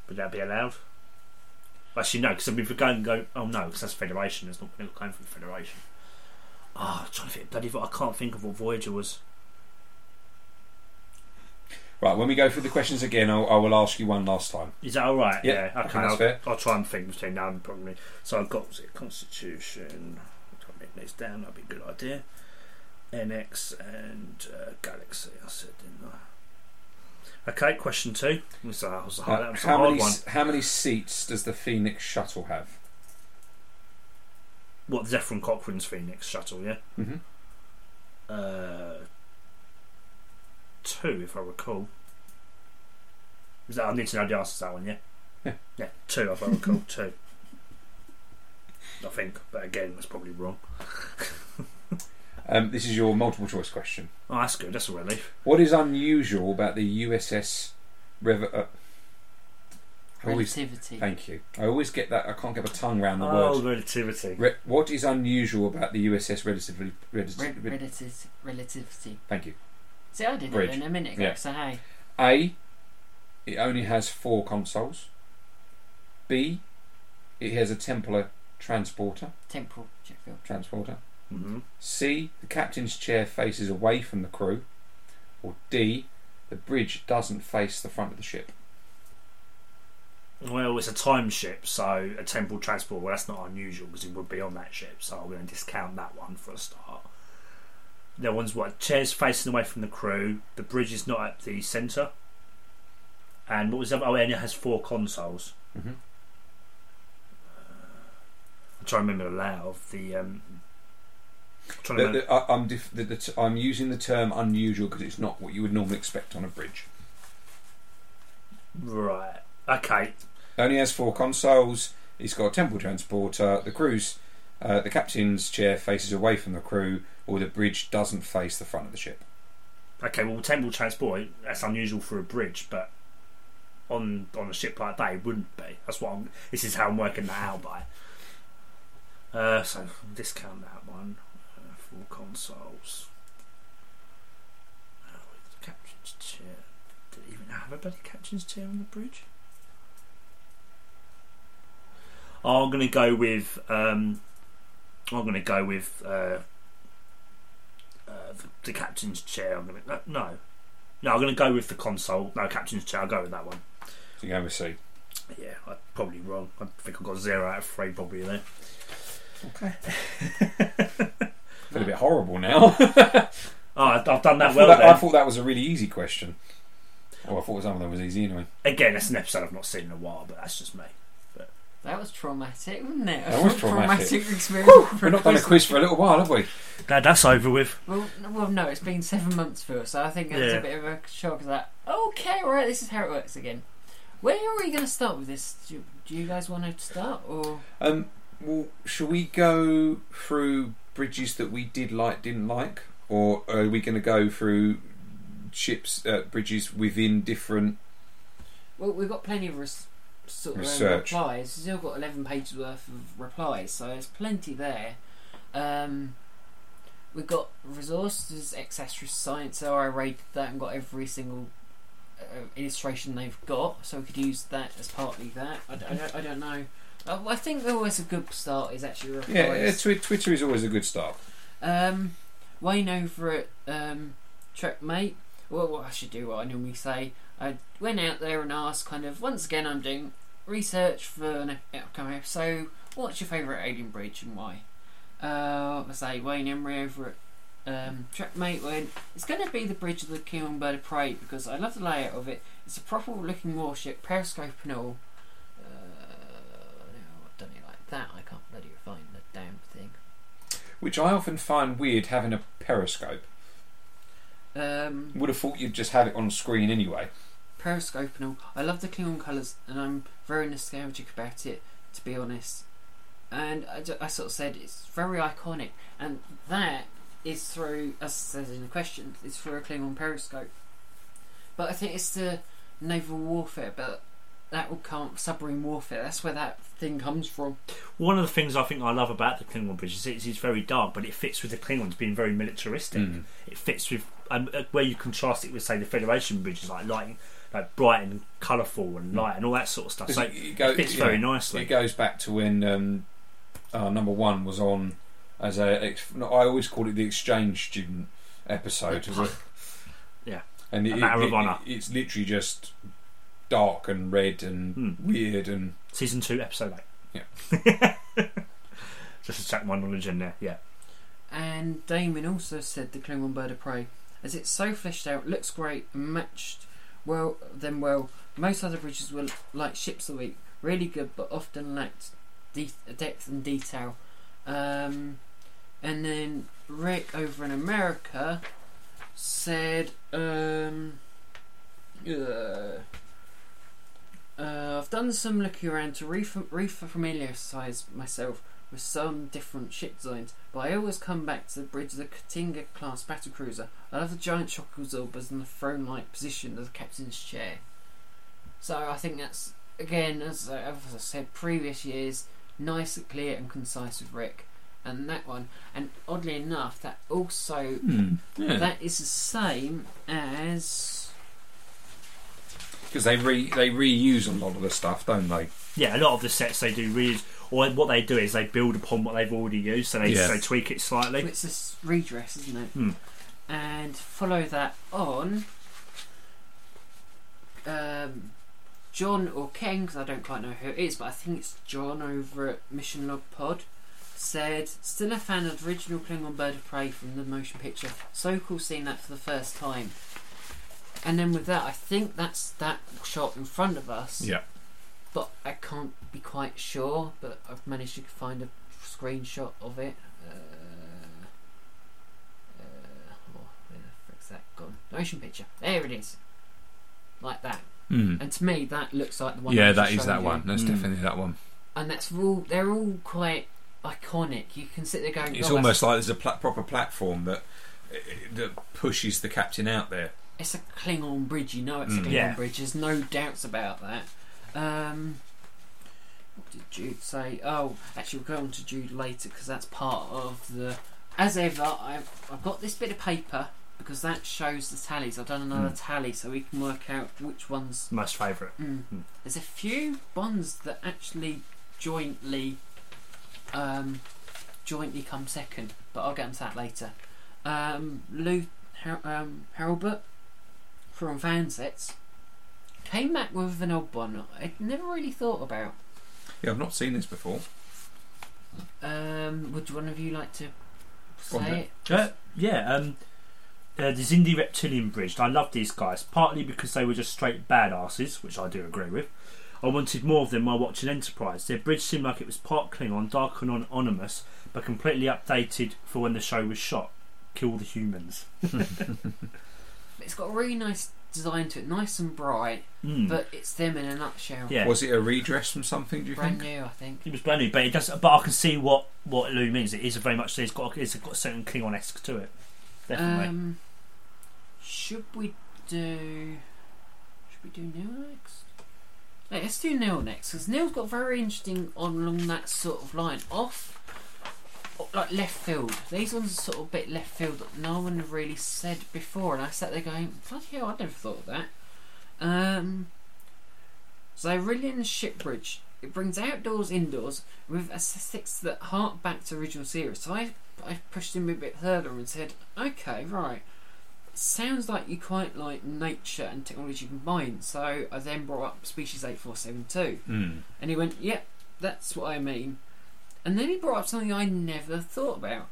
[SPEAKER 2] would that be allowed? Actually, no. Because if we go and go, oh no, because that's Federation. It's not we're not going for Federation. Ah, I'm trying to think. Bloody, I can't think of what Voyager was.
[SPEAKER 3] Right, when we go through the questions again, I'll, I will ask you one last time.
[SPEAKER 2] Is that all right?
[SPEAKER 3] Yeah,
[SPEAKER 2] Okay.
[SPEAKER 3] I think that's
[SPEAKER 2] I'll,
[SPEAKER 3] fair.
[SPEAKER 2] I'll try and think between now and probably. So I've got was it Constitution. I'll make these down. That'd be a good idea. NX and uh, Galaxy. I said, didn't I? Okay. Question two. It's a- That was a hard, Oh, that was a
[SPEAKER 3] Uh, how
[SPEAKER 2] hard
[SPEAKER 3] many
[SPEAKER 2] one.
[SPEAKER 3] s- how many seats does the Phoenix shuttle have?
[SPEAKER 2] What Zefron Cochrane's Phoenix shuttle? Yeah.
[SPEAKER 3] Mm-hmm.
[SPEAKER 2] Uh, two, if I recall. Is that, I need to know the answer to that one, yeah?
[SPEAKER 3] Yeah.
[SPEAKER 2] Yeah, two, if I recall, two. I think, but again, that's probably wrong.
[SPEAKER 3] Um, this is your multiple choice question.
[SPEAKER 2] Oh, that's good, that's a relief.
[SPEAKER 3] What is unusual about the USS Rev? Uh, I always,
[SPEAKER 1] Relativity.
[SPEAKER 3] thank you. I always get that. I can't get my tongue round the
[SPEAKER 2] Oh,
[SPEAKER 3] word.
[SPEAKER 2] relativity.
[SPEAKER 3] Re- what is unusual about the USS relatively? Relative,
[SPEAKER 1] Re- relativ- relativity.
[SPEAKER 3] thank you.
[SPEAKER 1] See, I did
[SPEAKER 3] Bridge.
[SPEAKER 1] it in a minute ago,
[SPEAKER 3] Yeah.
[SPEAKER 1] so hey.
[SPEAKER 3] A. It only has four consoles. B. It has a Templar transporter.
[SPEAKER 1] Temporal Sheffield.
[SPEAKER 3] Transporter.
[SPEAKER 2] hmm
[SPEAKER 3] C. The captain's chair faces away from the crew. Or D. The bridge doesn't face the front of the ship.
[SPEAKER 2] Well, it's a time ship, so a temporal transport, well, that's not unusual because it would be on that ship, so I'm going to discount that one for a start. The one's what? Chairs facing away from the crew, the bridge is not at the centre, and what was that? Oh, and it has four consoles.
[SPEAKER 3] Mhm.
[SPEAKER 2] I'm trying to remember the layout of the. Um, I'm trying to
[SPEAKER 3] The,
[SPEAKER 2] remember,
[SPEAKER 3] the, I, I'm, dif- the, the t- I'm using the term unusual because it's not what you would normally expect on a bridge.
[SPEAKER 2] right. Okay.
[SPEAKER 3] It only has four consoles. It's got a temple transporter. The crew's, uh, the captain's chair faces away from the crew, or the bridge doesn't face the front of the ship.
[SPEAKER 2] Okay, well, temporal transport that's unusual for a bridge, but on on a ship like that, it wouldn't be. That's what I'm, this is how I'm working that out by. Uh, so discount that one. Uh, four consoles. Uh, with the captain's chair. Did it even have a bloody captain's chair on the bridge? I'm gonna go with. Um, I'm gonna go with. Uh, uh, the, the captain's chair. I'm gonna no, no, no. I'm gonna go with the console. No, captain's chair. I'll go with that one.
[SPEAKER 3] So you go with C.
[SPEAKER 2] Yeah, I'm probably wrong. I think I got zero out of three probably there.
[SPEAKER 3] Okay. Feel a bit
[SPEAKER 1] Ah.
[SPEAKER 3] horrible now.
[SPEAKER 2] Oh, I- I've done
[SPEAKER 3] I,
[SPEAKER 2] that
[SPEAKER 3] thought
[SPEAKER 2] well
[SPEAKER 3] that, I
[SPEAKER 2] then.
[SPEAKER 3] thought that was a really easy question. Oh, I thought some of them was easy anyway.
[SPEAKER 2] Again, that's an episode I've not seen in a while, but that's just me.
[SPEAKER 1] That was traumatic, wasn't it?
[SPEAKER 3] That was traumatic.
[SPEAKER 1] experience.
[SPEAKER 3] Whew,
[SPEAKER 1] for
[SPEAKER 3] we've not done a
[SPEAKER 1] Christmas.
[SPEAKER 3] quiz for a little while, have we?
[SPEAKER 2] Glad that's over with.
[SPEAKER 1] Well, n- well, no, it's been seven months for us, so I think that's
[SPEAKER 2] Yeah.
[SPEAKER 1] a bit of a shock. That okay, right? This is how it works again. Where are we going to start with this? Do you, do you guys want to start, or
[SPEAKER 3] Um, well, shall we go through bridges that we did like, didn't like, or are we going to go through ships, uh, bridges within different?
[SPEAKER 1] well, we've got plenty of res- sort of um,
[SPEAKER 3] Research.
[SPEAKER 1] replies. We've still got eleven pages worth of replies, so there's plenty there. Um, we've got resources, accessories, science. So I rated that and got every single. Uh, illustration they've got, so we could use that as partly that. I, d- I don't, I don't know. Uh, I think always a good start is actually replies.
[SPEAKER 3] Yeah, uh, twi- Twitter is always a good start.
[SPEAKER 1] Um, Wayne over at um, Trekmate. Well, what I should do, what I normally say, I went out there and asked, kind of, once again, I'm doing research for an ep- upcoming episode. What's your favourite alien bridge and why? Uh, I say Wayne Emery over at um, Trekmate went. It's going to be the bridge of the Killing Bird of Prey because I love the layout of it. It's a proper looking warship, periscope and all. Uh, no, I've done it like that. I can't bloody find the damn thing.
[SPEAKER 3] Which I often find weird having a periscope.
[SPEAKER 1] Um,
[SPEAKER 3] Would have thought you'd just have it on screen anyway.
[SPEAKER 1] Periscope and all. I love the Klingon colours, and I'm very nostalgic about it, to be honest. And I, ju- I sort of said it's very iconic, and that is through, as it says in the question, it's through a Klingon periscope. But I think it's the naval warfare, but that will come submarine warfare. That's where that thing comes from.
[SPEAKER 2] One of the things I think I love about the Klingon bridge is it's, it's very dark, but it fits with the Klingons being very militaristic.
[SPEAKER 3] Mm.
[SPEAKER 2] It fits with um, uh, where you contrast it with, say, the Federation bridges, like lighting, like bright and colourful and light and all that sort of stuff. So
[SPEAKER 3] it,
[SPEAKER 2] Hmm. it
[SPEAKER 3] go-
[SPEAKER 2] uh, fits
[SPEAKER 3] yeah,
[SPEAKER 2] very nicely.
[SPEAKER 3] It goes back to when um, uh, number one was on as a. ex- no, I always called it the exchange student episode. as a-
[SPEAKER 2] Yeah.
[SPEAKER 3] and
[SPEAKER 2] A matter of honour.
[SPEAKER 3] it's literally just dark and red and
[SPEAKER 2] Hmm.
[SPEAKER 3] weird and
[SPEAKER 2] Season 2, Episode 8. Yeah. Just to check my knowledge in there, yeah.
[SPEAKER 1] And Damon also said the Klingon bird of prey, as it's so fleshed out, looks great, and matched well then well. Most other bridges were like ships of wheat, really good, but often lacked de- depth and detail. Um, and then Rick over in America said, um, uh, uh, I've done some looking around to refam- refamiliarise myself with some different ship designs, but I always come back to the bridge of the Katinga class battlecruiser. I love the giant shock absorbers and the throne like position of the captain's chair. So I think that's, again, as I, as I said, previous years, nice, and clear, and concise with Rick. And that one, and oddly enough, that also
[SPEAKER 2] Hmm.
[SPEAKER 3] yeah
[SPEAKER 1] that is the same as
[SPEAKER 3] because they re they reuse a lot of the stuff, don't they?
[SPEAKER 2] Yeah, a lot of the sets they do reuse, or what they do is they build upon what they've already used, so they,
[SPEAKER 3] Yeah.
[SPEAKER 2] they tweak it slightly.
[SPEAKER 1] it's this redress, isn't it?
[SPEAKER 2] Hmm.
[SPEAKER 1] And follow that on. Um, John or Ken, because I don't quite know who it is, but I think it's John over at Mission Log Pod, said, "Still a fan of the original Klingon Bird of Prey from the motion picture. So cool seeing that for the first time." And then with that, I think that's that shot in front of us. but I can't be quite sure. But I've managed to find a screenshot of it. Uh, uh, oh, where the frick's that gone? Motion picture. There it is. Like that.
[SPEAKER 3] Hmm.
[SPEAKER 1] And to me, that looks like the one. I just showed you. Hmm.
[SPEAKER 2] That's Mm. definitely
[SPEAKER 3] that one.
[SPEAKER 1] And that's all. They're all quite iconic. You can sit there going.
[SPEAKER 3] It's
[SPEAKER 1] "Oh,
[SPEAKER 3] almost like there's a pla- proper platform that that pushes the captain out there.
[SPEAKER 1] it's a Klingon bridge. You know, it's a
[SPEAKER 3] Mm.
[SPEAKER 1] Klingon
[SPEAKER 2] Yeah.
[SPEAKER 1] bridge. There's no doubts about that. Um, what did Jude say? Oh, actually, we'll go on to Jude later because that's part of the. As ever, I've I've got this bit of paper because that shows the tallies. I've done another tally so we can work out which ones.
[SPEAKER 2] Most favourite.
[SPEAKER 1] Mm.
[SPEAKER 2] Mm.
[SPEAKER 1] There's a few bonds that actually jointly, um, jointly come second, but I'll get into that later. Um, Lou Har- um, Harrelbert from Van Sets came back with an odd one I'd never really thought about.
[SPEAKER 3] Yeah, I've not seen this before.
[SPEAKER 1] Um, would one of you like to
[SPEAKER 3] Go on,
[SPEAKER 1] say it?
[SPEAKER 2] Uh, yeah, um, uh, the Zindi Reptilian Bridge. I love these guys, partly because they were just straight badasses, which I do agree with. I wanted more of them while watching Enterprise. Their bridge seemed like it was part Klingon, dark and anonymous, but completely updated for when the show was shot. Kill the humans.
[SPEAKER 1] It's got a really nice design to it, nice and bright,
[SPEAKER 2] Mm.
[SPEAKER 1] but it's them in a nutshell.
[SPEAKER 2] yeah,
[SPEAKER 3] Was it a redress from something? Do you
[SPEAKER 1] Brand
[SPEAKER 3] think?
[SPEAKER 1] new, I think.
[SPEAKER 2] It was brand new, but it does. But I can see what what Lou means. It is very much. It's got. It's got a certain Klingon esque to it. Definitely.
[SPEAKER 1] Um, should we do? Should we do Neil next? Wait, let's do Neil next because Neil's got very interesting on along that sort of line off, o- like left field. These ones are sort of a bit left field that no one really said before, and I sat there going, "Bloody hell, I never thought of that." Um, so Rillian Shipbridge. It brings outdoors, indoors, with aesthetics that hark back to original series. So I, I pushed him a bit further and said, okay, right. Sounds like you quite like nature and technology combined. So I then brought up Species 8472.
[SPEAKER 3] Mm.
[SPEAKER 1] And he went, yep, that's what I mean. And then he brought up something I never thought about.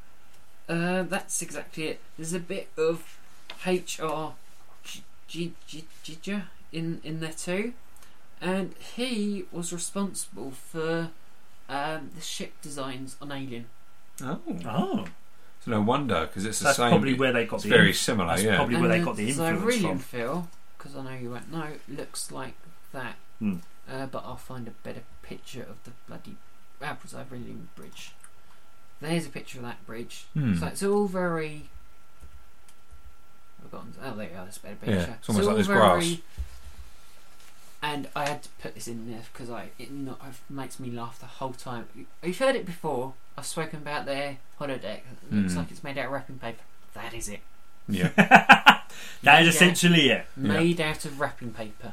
[SPEAKER 1] Uh, that's exactly it. There's a bit of HR G- G- G- Giger in, in there too. And he was responsible for um, the ship designs on Alien.
[SPEAKER 3] Oh,
[SPEAKER 2] oh,
[SPEAKER 3] so no wonder because it's
[SPEAKER 2] so
[SPEAKER 3] the
[SPEAKER 2] that's
[SPEAKER 3] same.
[SPEAKER 2] probably where they got
[SPEAKER 3] it's
[SPEAKER 2] the.
[SPEAKER 3] very similar.
[SPEAKER 2] that's
[SPEAKER 3] yeah,
[SPEAKER 2] probably- where they
[SPEAKER 1] And
[SPEAKER 2] got the
[SPEAKER 1] so
[SPEAKER 2] influence
[SPEAKER 1] I really
[SPEAKER 2] from.
[SPEAKER 1] feel, 'cause because I know you won't know, looks like that.
[SPEAKER 2] Hmm.
[SPEAKER 1] Uh, but I'll find a better picture of the bloody Alfred Ivorian Bridge. There's a picture of that bridge.
[SPEAKER 4] Hmm.
[SPEAKER 1] So it's all very. I've forgotten- Oh, there you are. That's a better picture.
[SPEAKER 4] Yeah, it's almost like
[SPEAKER 1] all
[SPEAKER 4] there's grass.
[SPEAKER 1] And I had to put this in there because I it not it makes me laugh the whole time. You- You've heard it before. I've spoken about their holodeck. It looks
[SPEAKER 4] Hmm.
[SPEAKER 1] like it's made out of wrapping paper. That is it.
[SPEAKER 4] Yeah.
[SPEAKER 2] That is
[SPEAKER 1] Yeah.
[SPEAKER 2] essentially it.
[SPEAKER 4] Yeah.
[SPEAKER 1] Made out of wrapping paper.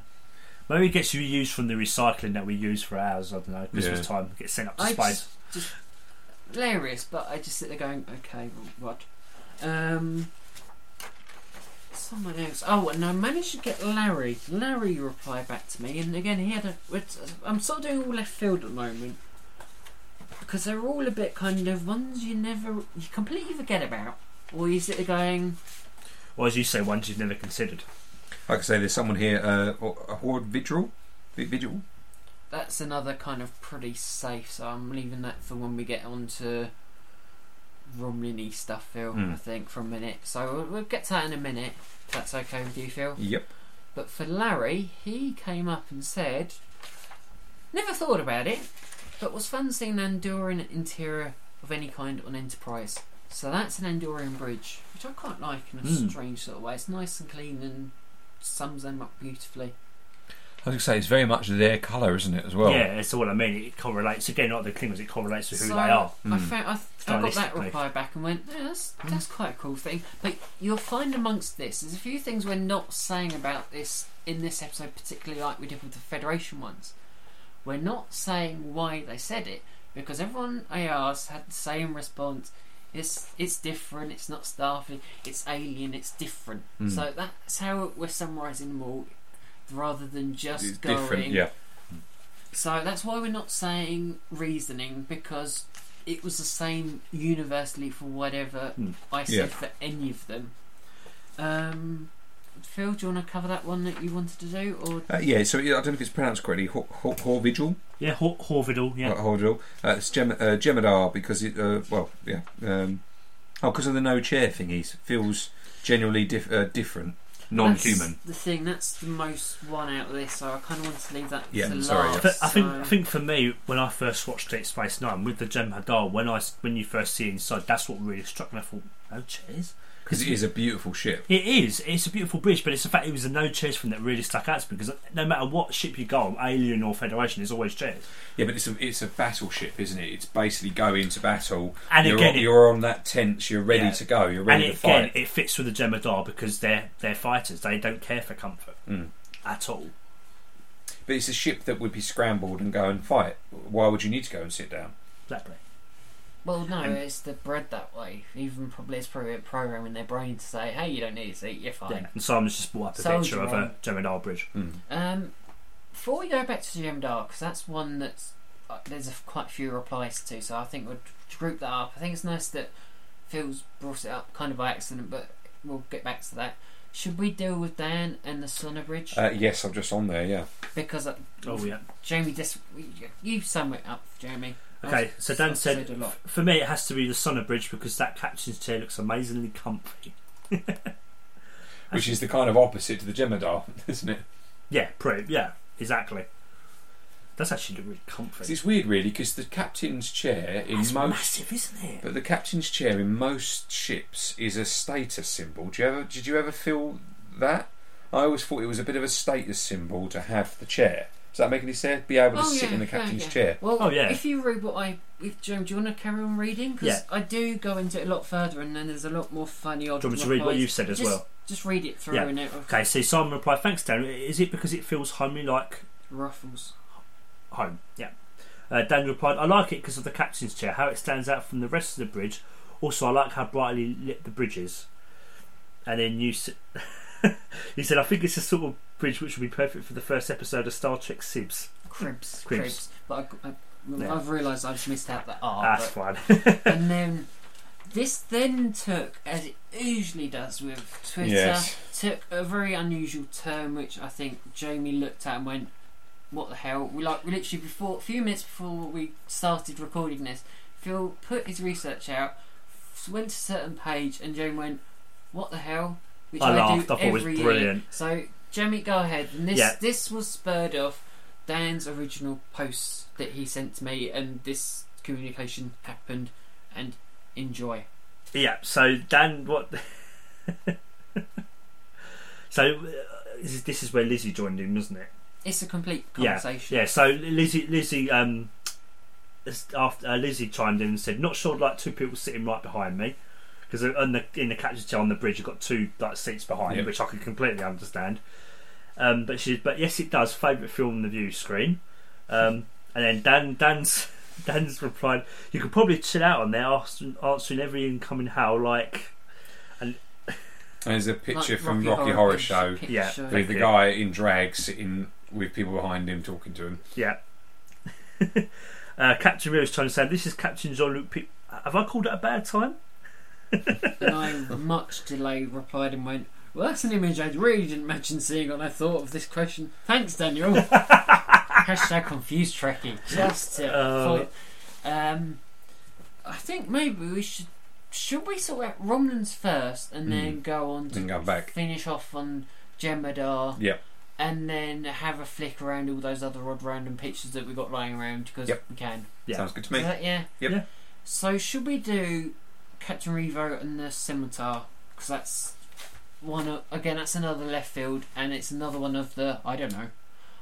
[SPEAKER 2] Maybe it gets reused from the recycling that we use for ours. I don't know. Christmas
[SPEAKER 4] Yeah.
[SPEAKER 2] time gets sent up to
[SPEAKER 1] I
[SPEAKER 2] space.
[SPEAKER 1] just, just hilarious, but I just sit there going, okay, what? Um, someone else. Oh, and I managed to get Larry. Larry replied back to me, and again he had a. it's- I'm sort of doing all left field at the moment because they're all a bit kind of ones you never, you completely forget about, or you sit there going,
[SPEAKER 2] Or as you say, ones you've never considered.
[SPEAKER 3] Like I say, there's someone here, uh, or- a horde vigil, Vi- vigil.
[SPEAKER 1] that's another kind of pretty safe. So I'm leaving that for when we get on to Romney stuff, Phil.
[SPEAKER 4] Hmm.
[SPEAKER 1] I think for a minute. So we'll, we'll get to that in a minute. If that's okay with you, Phil.
[SPEAKER 3] Yep.
[SPEAKER 1] But for Larry, he came up and said, "Never thought about it, but was fun seeing an Andorian interior of any kind on Enterprise." So that's an Andorian bridge, which I quite like in a
[SPEAKER 2] Hmm.
[SPEAKER 1] strange sort of way. It's nice and clean and sums them up beautifully.
[SPEAKER 4] I was gonna say it's very much their colour, isn't it, as well?
[SPEAKER 2] yeah, that's what I mean. It correlates again, like the Klingons. It correlates with who
[SPEAKER 1] So-
[SPEAKER 2] they are.
[SPEAKER 1] I,
[SPEAKER 4] Mm.
[SPEAKER 1] found, I, th- I got that
[SPEAKER 2] Stylistically.
[SPEAKER 1] reply back and went, yeah, that's,
[SPEAKER 2] Mm.
[SPEAKER 1] that's quite a cool thing. But you'll find amongst this, there's a few things we're not saying about this in this episode, particularly like we did with the Federation ones. We're not saying why they said it, because everyone I asked had the same response. It's, it's different, it's not Starfleet, it's alien, it's different.
[SPEAKER 2] Hmm.
[SPEAKER 4] Mm.
[SPEAKER 1] So that's how we're summarising them all, rather than just
[SPEAKER 3] It's
[SPEAKER 1] going...
[SPEAKER 3] different, yeah.
[SPEAKER 1] So that's why we're not saying reasoning because it was the same universally for whatever
[SPEAKER 2] Hmm.
[SPEAKER 1] I said
[SPEAKER 3] Yeah.
[SPEAKER 1] for any of them. Um, Phil, do you want to cover that one that you wanted to do, or
[SPEAKER 3] Uh, yeah, so yeah, I don't know if it's pronounced correctly. Hor- Hor- horde vigil,
[SPEAKER 2] Yeah, Hor- Horvidal. Yeah,
[SPEAKER 3] uh, horde vigil. Uh, it's Gem- uh, Jemadar because it, uh, well, yeah. Um, oh, because of the no chair thing, he feels genuinely dif- uh, different, non-human.
[SPEAKER 1] That's the thing that's the most one out of this, so I kind of wanted to leave that
[SPEAKER 3] Yeah,
[SPEAKER 1] for
[SPEAKER 3] sorry,
[SPEAKER 1] last.
[SPEAKER 2] But I think
[SPEAKER 1] so-
[SPEAKER 2] I think for me, when I first watched Deep Space Nine with the Jem'Hadar, when I s- when you first see it inside, that's what really struck me. I thought, no chairs.
[SPEAKER 3] Because it is a beautiful ship.
[SPEAKER 2] It is. It's a beautiful bridge, but it's the fact it was the no chairs thing that really stuck out to me because no matter what ship you go on, Alien or Federation, there's always chairs.
[SPEAKER 3] Yeah, but it's a it's a battleship, isn't it? It's basically go into battle.
[SPEAKER 2] And
[SPEAKER 3] you're
[SPEAKER 2] again,
[SPEAKER 3] on,
[SPEAKER 2] it-
[SPEAKER 3] you're on that tense. You're ready
[SPEAKER 2] Yeah.
[SPEAKER 3] to go. You're
[SPEAKER 2] And
[SPEAKER 3] ready to
[SPEAKER 2] again,
[SPEAKER 3] fight.
[SPEAKER 2] it fits with the Jem'Hadar because they're they're fighters. They don't care for comfort
[SPEAKER 3] Mm.
[SPEAKER 2] at all.
[SPEAKER 3] But it's a ship that would be scrambled and go and fight. Why would you need to go and sit down?
[SPEAKER 2] Exactly.
[SPEAKER 1] Well, no,
[SPEAKER 2] And-
[SPEAKER 1] it's the bred that way. Even probably it's probably programming their brain to say, "Hey, you don't need a seat, you're fine."
[SPEAKER 2] Yeah. And Simon's just brought up a
[SPEAKER 1] Soldier
[SPEAKER 2] picture of
[SPEAKER 1] on.
[SPEAKER 2] a Jem'Hadar bridge.
[SPEAKER 1] Um, before we go back to Jim Dark, because that's one that's uh, there's a, f- quite a few replies to, so I think we'll group that up. I think it's nice that Phil's brought it up kind of by accident, but we'll get back to that. Should we deal with Dan and the Sonner Bridge?
[SPEAKER 3] Uh, yes, I'm just on there. Yeah.
[SPEAKER 1] because uh,
[SPEAKER 2] Oh yeah.
[SPEAKER 1] Jamie, dis- you sum it up, Jamie.
[SPEAKER 2] Okay, so Dan
[SPEAKER 1] I've
[SPEAKER 2] said,
[SPEAKER 1] a lot.
[SPEAKER 2] for me, it has to be the Sonner Bridge because that captain's chair looks amazingly comfy.
[SPEAKER 3] Which is the kind of opposite to the Jemadar, isn't it?
[SPEAKER 2] Yeah, pretty. Yeah, exactly. That's actually really comfy.
[SPEAKER 3] 'Cause It's weird, really, because the captain's chair in
[SPEAKER 2] That's
[SPEAKER 3] most,
[SPEAKER 2] massive, isn't it?
[SPEAKER 3] but the captain's chair in most ships is a status symbol. Do you ever? Did you ever feel that? I always thought it was a bit of a status symbol to have the chair. Does that make any sense? Be able to
[SPEAKER 1] Oh,
[SPEAKER 3] sit
[SPEAKER 1] yeah,
[SPEAKER 3] in the
[SPEAKER 1] yeah,
[SPEAKER 3] captain's
[SPEAKER 1] yeah.
[SPEAKER 3] chair.
[SPEAKER 1] Well,
[SPEAKER 2] Oh, yeah.
[SPEAKER 1] if you read what I, if Jamie, do you want to carry on reading? Because
[SPEAKER 2] Yeah.
[SPEAKER 1] I do go into it a lot further, and then there's a lot more funny odd.
[SPEAKER 2] Do you want me to read what
[SPEAKER 1] replies.
[SPEAKER 2] you said as
[SPEAKER 1] Just-
[SPEAKER 2] well?
[SPEAKER 1] Just read it through
[SPEAKER 2] Yeah.
[SPEAKER 1] and it
[SPEAKER 2] Okay, so Simon replied, "Thanks, Dan. Is it because it feels homely like
[SPEAKER 1] ruffles.
[SPEAKER 2] home. Yeah. Uh, Dan replied, I like it because of the captain's chair, how it stands out from the rest of the bridge. Also, I like how brightly lit the bridge is. And then you s- he said, I think it's the sort of bridge which would be perfect for the first episode of Star Trek Sibs.
[SPEAKER 1] Cribs. Cribs.
[SPEAKER 2] Cribs.
[SPEAKER 1] But I, I,
[SPEAKER 2] Yeah. Ah.
[SPEAKER 1] I've realised I've missed out the R.
[SPEAKER 2] That's
[SPEAKER 1] but-
[SPEAKER 2] fine.
[SPEAKER 1] and then this then took, as it usually does with Twitter,
[SPEAKER 3] Yes.
[SPEAKER 1] took a very unusual turn, which I think Jamie looked at and went, "What the hell?" We like we literally before a few minutes before we started recording this, Phil put his research out, s- went to a certain page, and Jamie went, "What the hell?" Which
[SPEAKER 2] I laughed. I thought it was
[SPEAKER 1] every year.
[SPEAKER 2] brilliant.
[SPEAKER 1] So Jamie, go ahead. And this
[SPEAKER 2] Yeah.
[SPEAKER 1] this was spurred off Dan's original posts that he sent to me, and this communication happened. And enjoy.
[SPEAKER 2] Yeah. So Dan, what? so uh, this is, this is where Lizzie joined in, wasn't it?
[SPEAKER 1] It's a complete conversation.
[SPEAKER 2] Yeah. So Lizzie, Lizzie, um, this- after uh, Lizzie chimed in and said, "Not sure, like two people sitting right behind me." Because in the in the catcher's chair on the bridge, you've got two like seats behind,
[SPEAKER 4] Yeah.
[SPEAKER 2] which I can completely understand. Um, but she, but yes, it does. Favorite film on the view screen, um, and then Dan Dan's Dan's replied, "You could probably chill out on there, answering, answering every incoming howl like."
[SPEAKER 3] There's a picture
[SPEAKER 1] uh, Like
[SPEAKER 3] from Rocky, Horror, Show
[SPEAKER 1] Picture
[SPEAKER 2] Yeah.
[SPEAKER 1] Show.
[SPEAKER 2] Thank
[SPEAKER 3] with the
[SPEAKER 2] you.
[SPEAKER 3] guy in drag sitting with people behind him talking to him.
[SPEAKER 2] Yeah. uh, Captain Rio is trying to say, "This is Captain Jean Luc." Pe- Have I called it a bad time?
[SPEAKER 1] and I, much delayed, replied and went, Well, that's an image I really didn't imagine seeing when I thought of this question. Thanks, Daniel. Hashtag confused Trekkie. Just to
[SPEAKER 2] Uh.
[SPEAKER 1] fight. Um, I think maybe we should. Should we sort out Romulans first and then go on to
[SPEAKER 3] Hmm. Then go back.
[SPEAKER 1] finish off on Jemadar
[SPEAKER 3] Yep.
[SPEAKER 1] and then have a flick around all those other odd random pictures that we got lying around because
[SPEAKER 3] Yep.
[SPEAKER 1] we can?
[SPEAKER 2] Yeah.
[SPEAKER 3] Sounds good to me.
[SPEAKER 1] Is that- yeah.
[SPEAKER 3] Yep.
[SPEAKER 2] Yeah.
[SPEAKER 1] So should we do Captain Revo and the Scimitar? Because that's one of, again. That's another left field, and it's another one of the I don't know.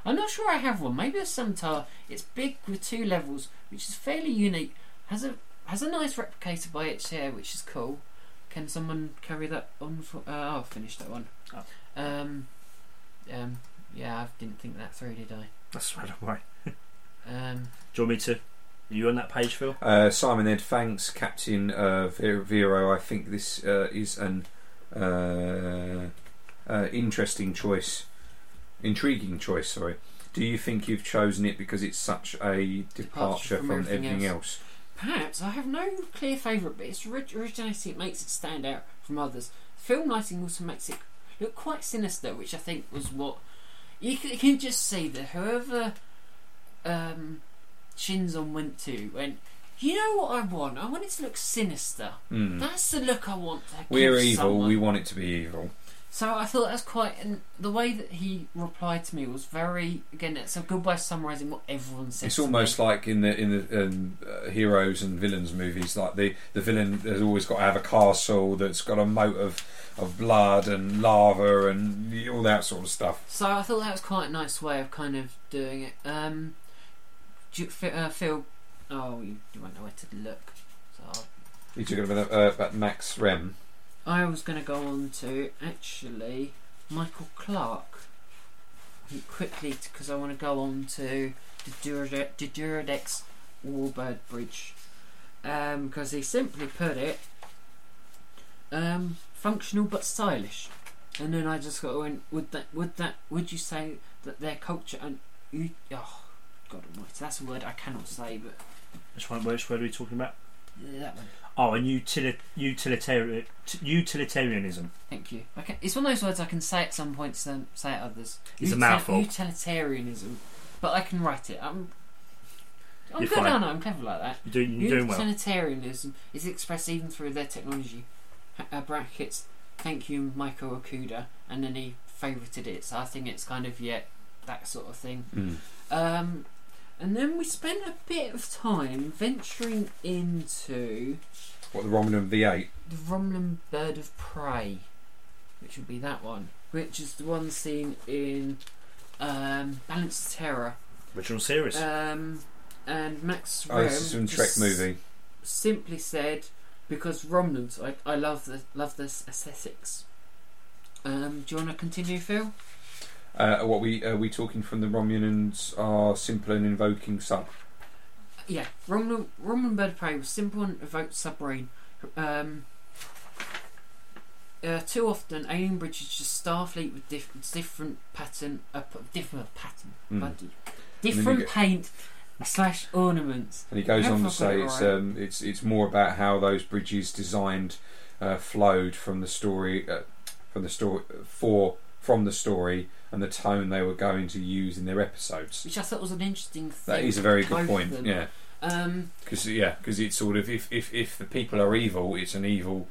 [SPEAKER 1] I'm not sure I have one. Maybe a Scimitar. It's big with two levels, which is fairly unique. Has a has a nice replicator by each tier, which is cool. Can someone carry that on? For, uh, I'll finish that one.
[SPEAKER 2] Oh.
[SPEAKER 1] Um, um, yeah, I didn't think that through, did I?
[SPEAKER 2] That's right away.
[SPEAKER 1] Um,
[SPEAKER 2] Do you want me to? Are you on that page, Phil?
[SPEAKER 3] Uh, Simon Ed, thanks, Captain uh, Ve- Vero. I think this uh, is an uh, uh, interesting choice, intriguing choice. Sorry. Do you think you've chosen it because it's such a departure
[SPEAKER 1] from
[SPEAKER 3] from,
[SPEAKER 1] everything
[SPEAKER 3] everything, else?
[SPEAKER 1] Perhaps I have no clear favourite, but its orig- originality makes it stand out from others. Film lighting also makes it look quite sinister, which I think was what you c- you can just see that whoever um, Shinzon went to went. You know what I want? I want it to look sinister.
[SPEAKER 3] Hmm.
[SPEAKER 1] That's the look I want. To give
[SPEAKER 3] We're evil.
[SPEAKER 1] someone.
[SPEAKER 3] We want it to be evil.
[SPEAKER 1] So I thought that's quite. And the way that he replied to me was very. Again, it's a good way of summarising what everyone said.
[SPEAKER 3] It's
[SPEAKER 1] to me.
[SPEAKER 3] almost like in the in the um, uh, heroes and villains movies, like the the villain has always got to have a castle that's got a moat of of blood and lava and all that sort of stuff.
[SPEAKER 1] So I thought that was quite a nice way of kind of doing it. Um, do you, Ph- uh, Phil, oh, you, you won't know where to look. So I'll-
[SPEAKER 3] You took it about, uh, about Max Rem.
[SPEAKER 1] I was going to go on to actually Michael Clark And quickly because I want to go on to the Durade- the Duradex Warbird Bridge because he simply put it um, functional but stylish. And then I just got went would that would that would you say that their culture and you, oh god almighty that's a word I cannot say but
[SPEAKER 2] Which one? Which word are we talking about?
[SPEAKER 1] yeah, that one
[SPEAKER 2] Oh, and utili- utilitarian t- utilitarianism.
[SPEAKER 1] Thank you. Okay, it's one of those words I can say at some points and say at others.
[SPEAKER 2] It's a mouthful.
[SPEAKER 1] Utilitarianism, but I can write it. I'm, I'm
[SPEAKER 2] You're
[SPEAKER 1] good.
[SPEAKER 2] fine.
[SPEAKER 1] I know. I'm clever like that.
[SPEAKER 2] You're doing, you're doing well.
[SPEAKER 1] Utilitarianism is expressed even through their technology. Ha- Uh, brackets. Thank you, Michael Okuda, and then he favouted it. So I think it's kind of yeah, that sort of thing. Um, and then we spent a bit of time venturing into
[SPEAKER 3] What the Romulan V8?
[SPEAKER 1] the Romulan Bird of Prey, which would be that one, which is the one seen in um, Balance of Terror.
[SPEAKER 2] Original series.
[SPEAKER 1] Um, and Max
[SPEAKER 3] Oh, this is
[SPEAKER 1] Rome
[SPEAKER 3] from Trek
[SPEAKER 1] just
[SPEAKER 3] movie.
[SPEAKER 1] Simply said, because Romulans, I, I love the love this aesthetics. Um, do you want to continue, Phil?
[SPEAKER 3] Uh, what we are we talking from the Romulans are simple and invoking sub.
[SPEAKER 1] Yeah, Romulan, Romulan Bird of Prey was simple and evoked submarine. Um, uh, too often, alien bridge is just Starfleet with diff- different pattern, uh, p- different pattern,
[SPEAKER 3] Mm.
[SPEAKER 1] bloody
[SPEAKER 3] then you
[SPEAKER 1] different
[SPEAKER 3] get-
[SPEAKER 1] paint slash ornaments.
[SPEAKER 3] And he goes
[SPEAKER 1] Have
[SPEAKER 3] on
[SPEAKER 1] I
[SPEAKER 3] to say
[SPEAKER 1] got it
[SPEAKER 3] it's
[SPEAKER 1] right?
[SPEAKER 3] um, it's it's more about how those bridges designed uh, flowed from the story uh, from the story for from the story and the tone they were going to use in their episodes.
[SPEAKER 1] Which I thought was an interesting thing.
[SPEAKER 3] That is a very
[SPEAKER 1] Both
[SPEAKER 3] good
[SPEAKER 1] of
[SPEAKER 3] point.
[SPEAKER 1] them.
[SPEAKER 3] Yeah,
[SPEAKER 1] Um,
[SPEAKER 3] because yeah, because it's sort of if, if if the people are evil, it's an evil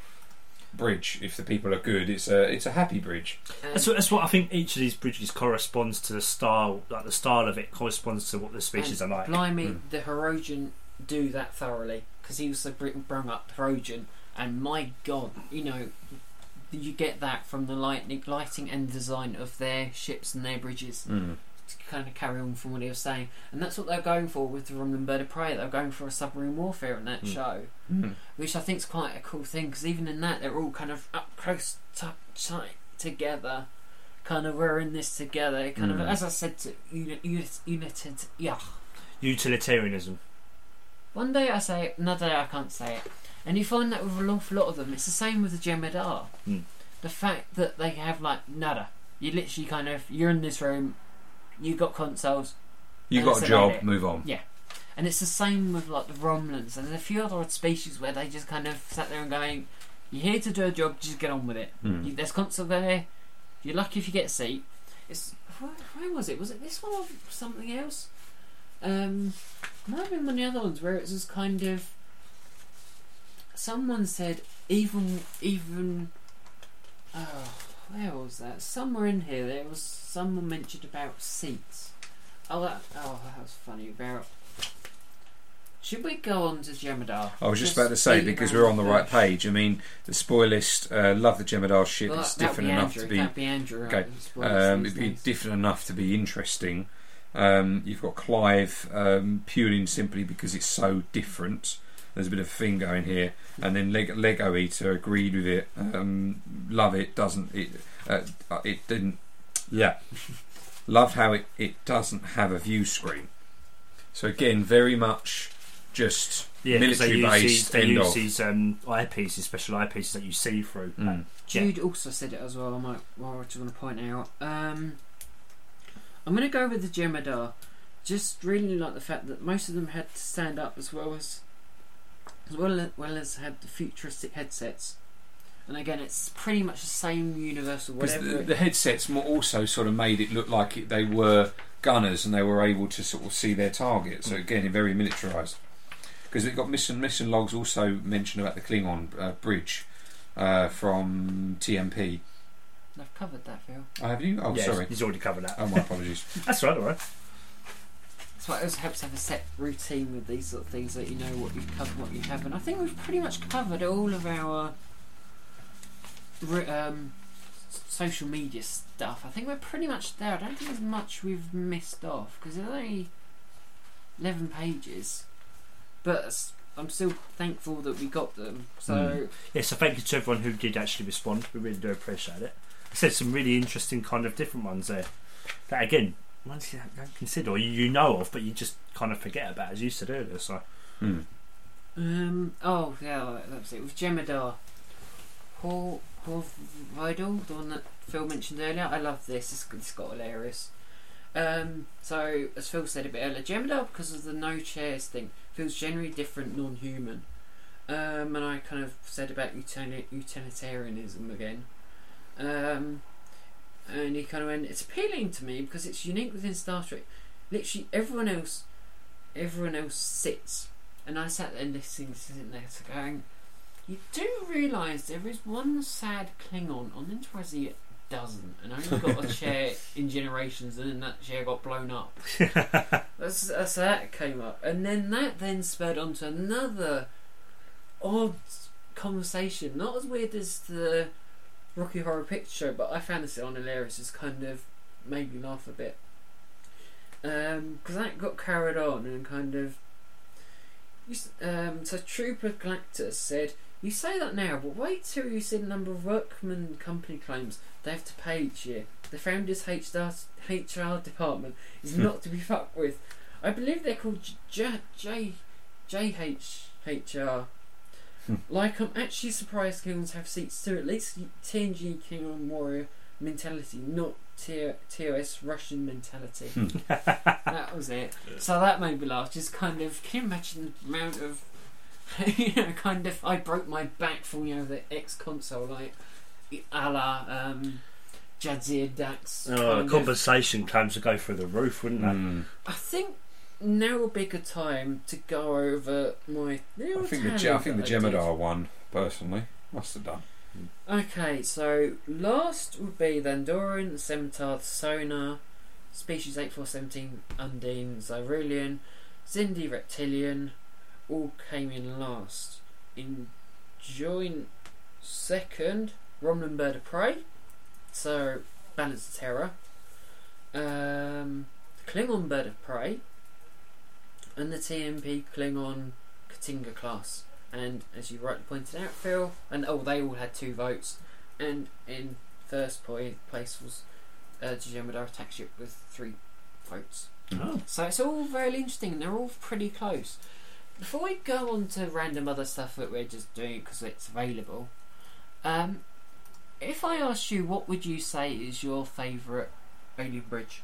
[SPEAKER 3] bridge. If the people are good, it's a it's a happy bridge.
[SPEAKER 1] And
[SPEAKER 2] That's what, that's what I think. Each of these bridges corresponds to the style, like the style of it corresponds to what the species
[SPEAKER 1] and
[SPEAKER 2] are like.
[SPEAKER 1] Blimey,
[SPEAKER 3] Hmm.
[SPEAKER 1] the Herogen do that thoroughly because he also br- brung up Herogen, and my God, you know, you get that from the lightning, lighting and design of their ships and their bridges.
[SPEAKER 3] Mm.
[SPEAKER 1] To kind of carry on from what he was saying, and that's what they're going for with the Romulan Bird of Prey. They're going for a submarine warfare in that
[SPEAKER 2] Hmm.
[SPEAKER 1] show, which I think is quite a cool thing because even in that, they're all kind of up close, tuck, tight together. Kind of, we're in this together. Kind of,
[SPEAKER 3] Hmm.
[SPEAKER 1] as I said to unit, unit, united, yeah,
[SPEAKER 2] Utilitarianism.
[SPEAKER 1] one day I say it, another day I can't say it. And you find that with an awful lot of them. It's the same with the Jemadar.
[SPEAKER 2] Mm.
[SPEAKER 1] The fact that they have like nada. You literally kind of you're in this room, you got consoles,
[SPEAKER 4] You
[SPEAKER 1] That's
[SPEAKER 4] got a
[SPEAKER 1] about
[SPEAKER 4] job.
[SPEAKER 1] it.
[SPEAKER 4] Move on.
[SPEAKER 1] and it's the same with like the Romulans and there's a few other odd species where they just kind of sat there and going, "You're here to do a job, just get on with it."
[SPEAKER 3] Mm.
[SPEAKER 1] You, there's console there. You're lucky if you get a seat. It's where, where was it? Was it this one or something else? Um, might have been one of the other ones where it was kind of. Someone said even even. Oh, where was that? Somewhere in here, there was someone mentioned about seats. Oh, that oh, that was funny about. Should we go on to Jemadar?
[SPEAKER 3] I was just, about to say because we're on the right page. I mean, the spoilist uh, love the Jemadar ship.
[SPEAKER 1] Well,
[SPEAKER 3] it's
[SPEAKER 1] that'd
[SPEAKER 3] different
[SPEAKER 1] be
[SPEAKER 3] enough
[SPEAKER 1] Andrew,
[SPEAKER 3] to be
[SPEAKER 1] That'd be Andrew.
[SPEAKER 3] okay, Um, it'd be different enough to be interesting. Um, you've got Clive um, purely and simply because it's so different. There's a bit of a thing going here, and then Leg- Lego Eater agreed with it. Um, love it, doesn't it? Uh, it didn't. Yeah, loved how it, it doesn't have a view screen. So again, very much just
[SPEAKER 2] Yeah, 'cause they
[SPEAKER 3] military
[SPEAKER 2] use these,
[SPEAKER 3] based.
[SPEAKER 2] they
[SPEAKER 3] End
[SPEAKER 2] use
[SPEAKER 3] of.
[SPEAKER 2] these um, eyepieces, special eyepieces that you see through.
[SPEAKER 3] Mm.
[SPEAKER 1] Jude also said it as well. I might. Well, I just want to point out. Um, I'm going to go with the Jemadar. Just really like the fact that most of them had to stand up as well as, as well as, well as had the futuristic headsets. And again, it's pretty much the same universal
[SPEAKER 3] Because
[SPEAKER 1] whatever.
[SPEAKER 3] the,
[SPEAKER 1] it-
[SPEAKER 3] the headsets mo- also sort of made it look like it, they were gunners and they were able to sort of see their target.
[SPEAKER 1] Mm.
[SPEAKER 3] So again, it very militarised. Because it got mission mission logs also mentioned about the Klingon uh, bridge uh, from TMP.
[SPEAKER 1] I've covered that, Phil.
[SPEAKER 3] Oh, have you? Oh,
[SPEAKER 2] yeah,
[SPEAKER 3] sorry.
[SPEAKER 2] he's already covered that.
[SPEAKER 3] Oh, my apologies.
[SPEAKER 2] That's right, all right.
[SPEAKER 1] That's why it also helps to have a set routine with these sort of things that you know what you've covered, what you haven't. I think we've pretty much covered all of our re- um, s- social media stuff. I think we're pretty much there. I don't think there's much we've missed off because there's only 11 pages. But s- I'm still thankful that we got them. So,
[SPEAKER 2] Yeah, so thank you to everyone who did actually respond. We really do appreciate it. I said some really interesting kind of different ones there. That again, ones you don't consider or you- you know of, but you just kind of forget about, as you said earlier. So
[SPEAKER 3] Hmm.
[SPEAKER 1] um, oh, yeah, like, that was it. With Jemadar. Paul, Paul Vidal, the one that Phil mentioned earlier. I love this. It's, it's got hilarious. Um, so, as Phil said a bit earlier, Gemini, because of the no chairs thing, feels generally different, non human. Um, and I kind of said about utili- utilitarianism again. Um, and he kind of went, it's appealing to me because it's unique within Star Trek. Literally, everyone else, everyone else sits. And I sat there listening, sitting there so going, you do realise there is one sad Klingon on Enterprise E that doesn't, and only got a chair in generations, and then that chair got blown up. that's, that's how that came up, and then that then spurred onto another odd conversation. Not as weird as the Rocky Horror Picture Show, but I found this on hilarious. It's kind of made me laugh a bit because Um, that got carried on and kind of. you s- Um, so Trooper Galactus said, "You say that now, but wait till you see the number of workmen company claims they have to pay each year. The founder's HR, HR department is not to be fucked with. I believe they're called J J J H H R. Like I'm actually surprised Klingons have seats too. At least TNG Klingon warrior mentality, not T- TOS Russian mentality." that was it. So that made me laugh. Just kind of, can you imagine the amount of, you know, kind of, I broke my back falling over the X console, like, a la um, Jadzia Dax.
[SPEAKER 2] uh,
[SPEAKER 1] kind of.
[SPEAKER 2] compensation claims would go through the roof, wouldn't they?
[SPEAKER 3] Mm.
[SPEAKER 1] I think now would be a good time to go over my.
[SPEAKER 3] I think the Je- I think the Jemadar one personally must have done.
[SPEAKER 1] Okay, so last would be the Andoran, the Scimitar, the Sonar, Species 8417, Undine, Xyrillion, Zindi Reptilian, all came in last. In joint second, Romulan Bird of Prey, so Balance of Terror, um, Klingon Bird of Prey, and the TMP Klingon Katinga class. And as you rightly pointed out, Phil, and oh, they all had two votes. And in first poi- place was uh, Jemadar attack ship with three votes.
[SPEAKER 2] Oh.
[SPEAKER 1] So it's all very interesting, and they're all pretty close. Before we go on to random other stuff that we're just doing because it's available, um, if I asked you what would you say is your favourite alien bridge,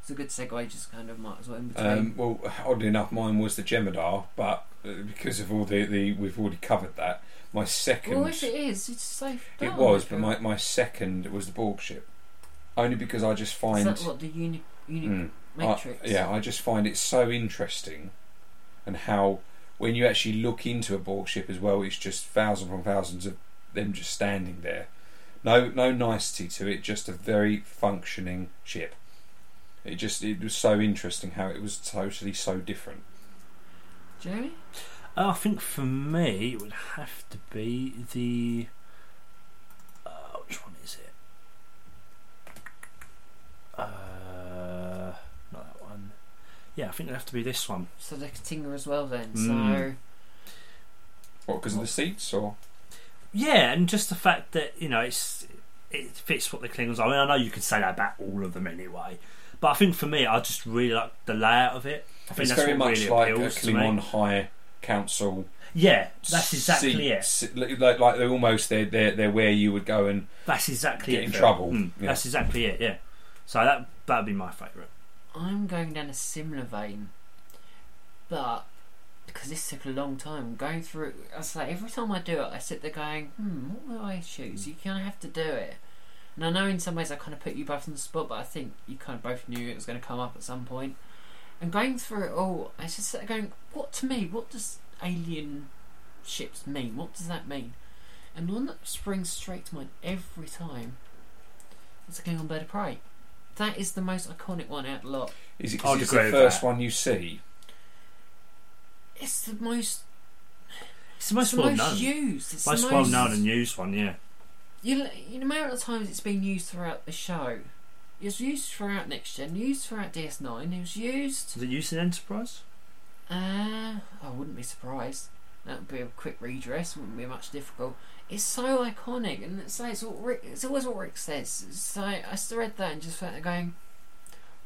[SPEAKER 1] it's a good segue. Just kind of might as well in between.
[SPEAKER 3] Um, well, oddly enough, mine was the Jemadar, but uh, because of all the, the we've already covered that. My second,
[SPEAKER 1] well, if it is, it's safe.
[SPEAKER 3] it
[SPEAKER 2] Oh,
[SPEAKER 3] was, but my, my second was the Borg ship, only because I just
[SPEAKER 1] is
[SPEAKER 3] find
[SPEAKER 1] that what the uni, uni
[SPEAKER 3] Mm. I-
[SPEAKER 1] matrix?
[SPEAKER 3] yeah, I just find it so interesting, and how when you actually look into a Borg ship as well, it's just thousands and thousands of them just standing there. No, no nicety to it. Just a very functioning ship. It just it was so interesting how it was totally so different.
[SPEAKER 1] Jeremy.
[SPEAKER 2] Oh, I think for me, it would have to be the. Uh, which one is it? Uh, not that one. Yeah, I think it'd have to be this one.
[SPEAKER 1] So the Katinga as well then.
[SPEAKER 2] Mm.
[SPEAKER 3] What because of the seats or
[SPEAKER 2] Yeah, and just the fact that you know it's it fits what the Klingons are. I mean, I know you could say that about all of them anyway, but I think for me, I just really like the layout of it. I think
[SPEAKER 3] it's
[SPEAKER 2] that's
[SPEAKER 3] very
[SPEAKER 2] what
[SPEAKER 3] much
[SPEAKER 2] really
[SPEAKER 3] like a
[SPEAKER 2] appeals to me.
[SPEAKER 3] Klingon High Council.
[SPEAKER 2] Yeah, that's exactly it.
[SPEAKER 3] seats, Like, like they're almost they're, they're they're where you would go and
[SPEAKER 2] That's exactly
[SPEAKER 3] Get
[SPEAKER 2] it.
[SPEAKER 3] in
[SPEAKER 2] Phil.
[SPEAKER 3] trouble.
[SPEAKER 2] Mm,
[SPEAKER 3] Yeah.
[SPEAKER 2] That's exactly it. Yeah. So that that'd be my favourite.
[SPEAKER 1] I'm going down a similar vein, but because this took a long time going through, I say every time I do it, I sit there going, "Hmm, what will I choose?" You kind of have to do it, and I know in some ways I kind of put you both on the spot, but I think you kind of both knew it was going to come up at some point. And going through it all, I just sat there going, "What to me? What does alien ships mean? What does that mean?" And the one that springs straight to mind every time is the Klingon Bird of Prey. That is the most iconic one out of the lot.
[SPEAKER 3] is it
[SPEAKER 2] I'd
[SPEAKER 3] because it's
[SPEAKER 2] agree
[SPEAKER 3] the
[SPEAKER 2] with
[SPEAKER 3] first
[SPEAKER 2] that.
[SPEAKER 3] one you see?
[SPEAKER 1] It's the most,
[SPEAKER 2] It's the
[SPEAKER 1] it's
[SPEAKER 2] most
[SPEAKER 1] the
[SPEAKER 2] well
[SPEAKER 1] most
[SPEAKER 2] known,
[SPEAKER 1] used. It's
[SPEAKER 2] most
[SPEAKER 1] the
[SPEAKER 2] well
[SPEAKER 1] most
[SPEAKER 2] known and used one. Yeah.
[SPEAKER 1] You, you know, amount of times it's been used throughout the show. It was used throughout Next Gen, used throughout DS9, it was used.
[SPEAKER 2] Is it used in Enterprise?
[SPEAKER 1] Uh, I wouldn't be surprised. That would be a quick redress, wouldn't be much difficult. It's so iconic, and it's like, it's, what Rick, it's always what Rick says. It's like, I still read that and just felt like going,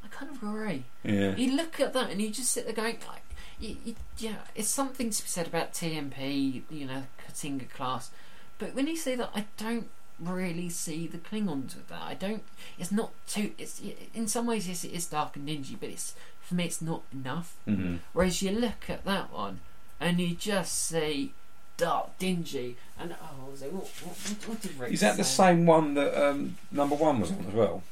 [SPEAKER 1] I kind of agree.
[SPEAKER 3] Yeah.
[SPEAKER 1] You look at that and you just sit there going, like, you, you, yeah, it's something to be said about TMP, you know, Katinga class. But when you say that, I don't really see the Klingons with that. I don't. It's not too. It's in some ways, yes, it is dark and dingy, but it's for me, it's not enough.
[SPEAKER 3] Mm-hmm.
[SPEAKER 1] Whereas you look at that one and you just see dark, dingy, and oh, what was it? What, what, what, what did Rick
[SPEAKER 3] Is that the
[SPEAKER 1] say?
[SPEAKER 3] same one that um, number one was on as well?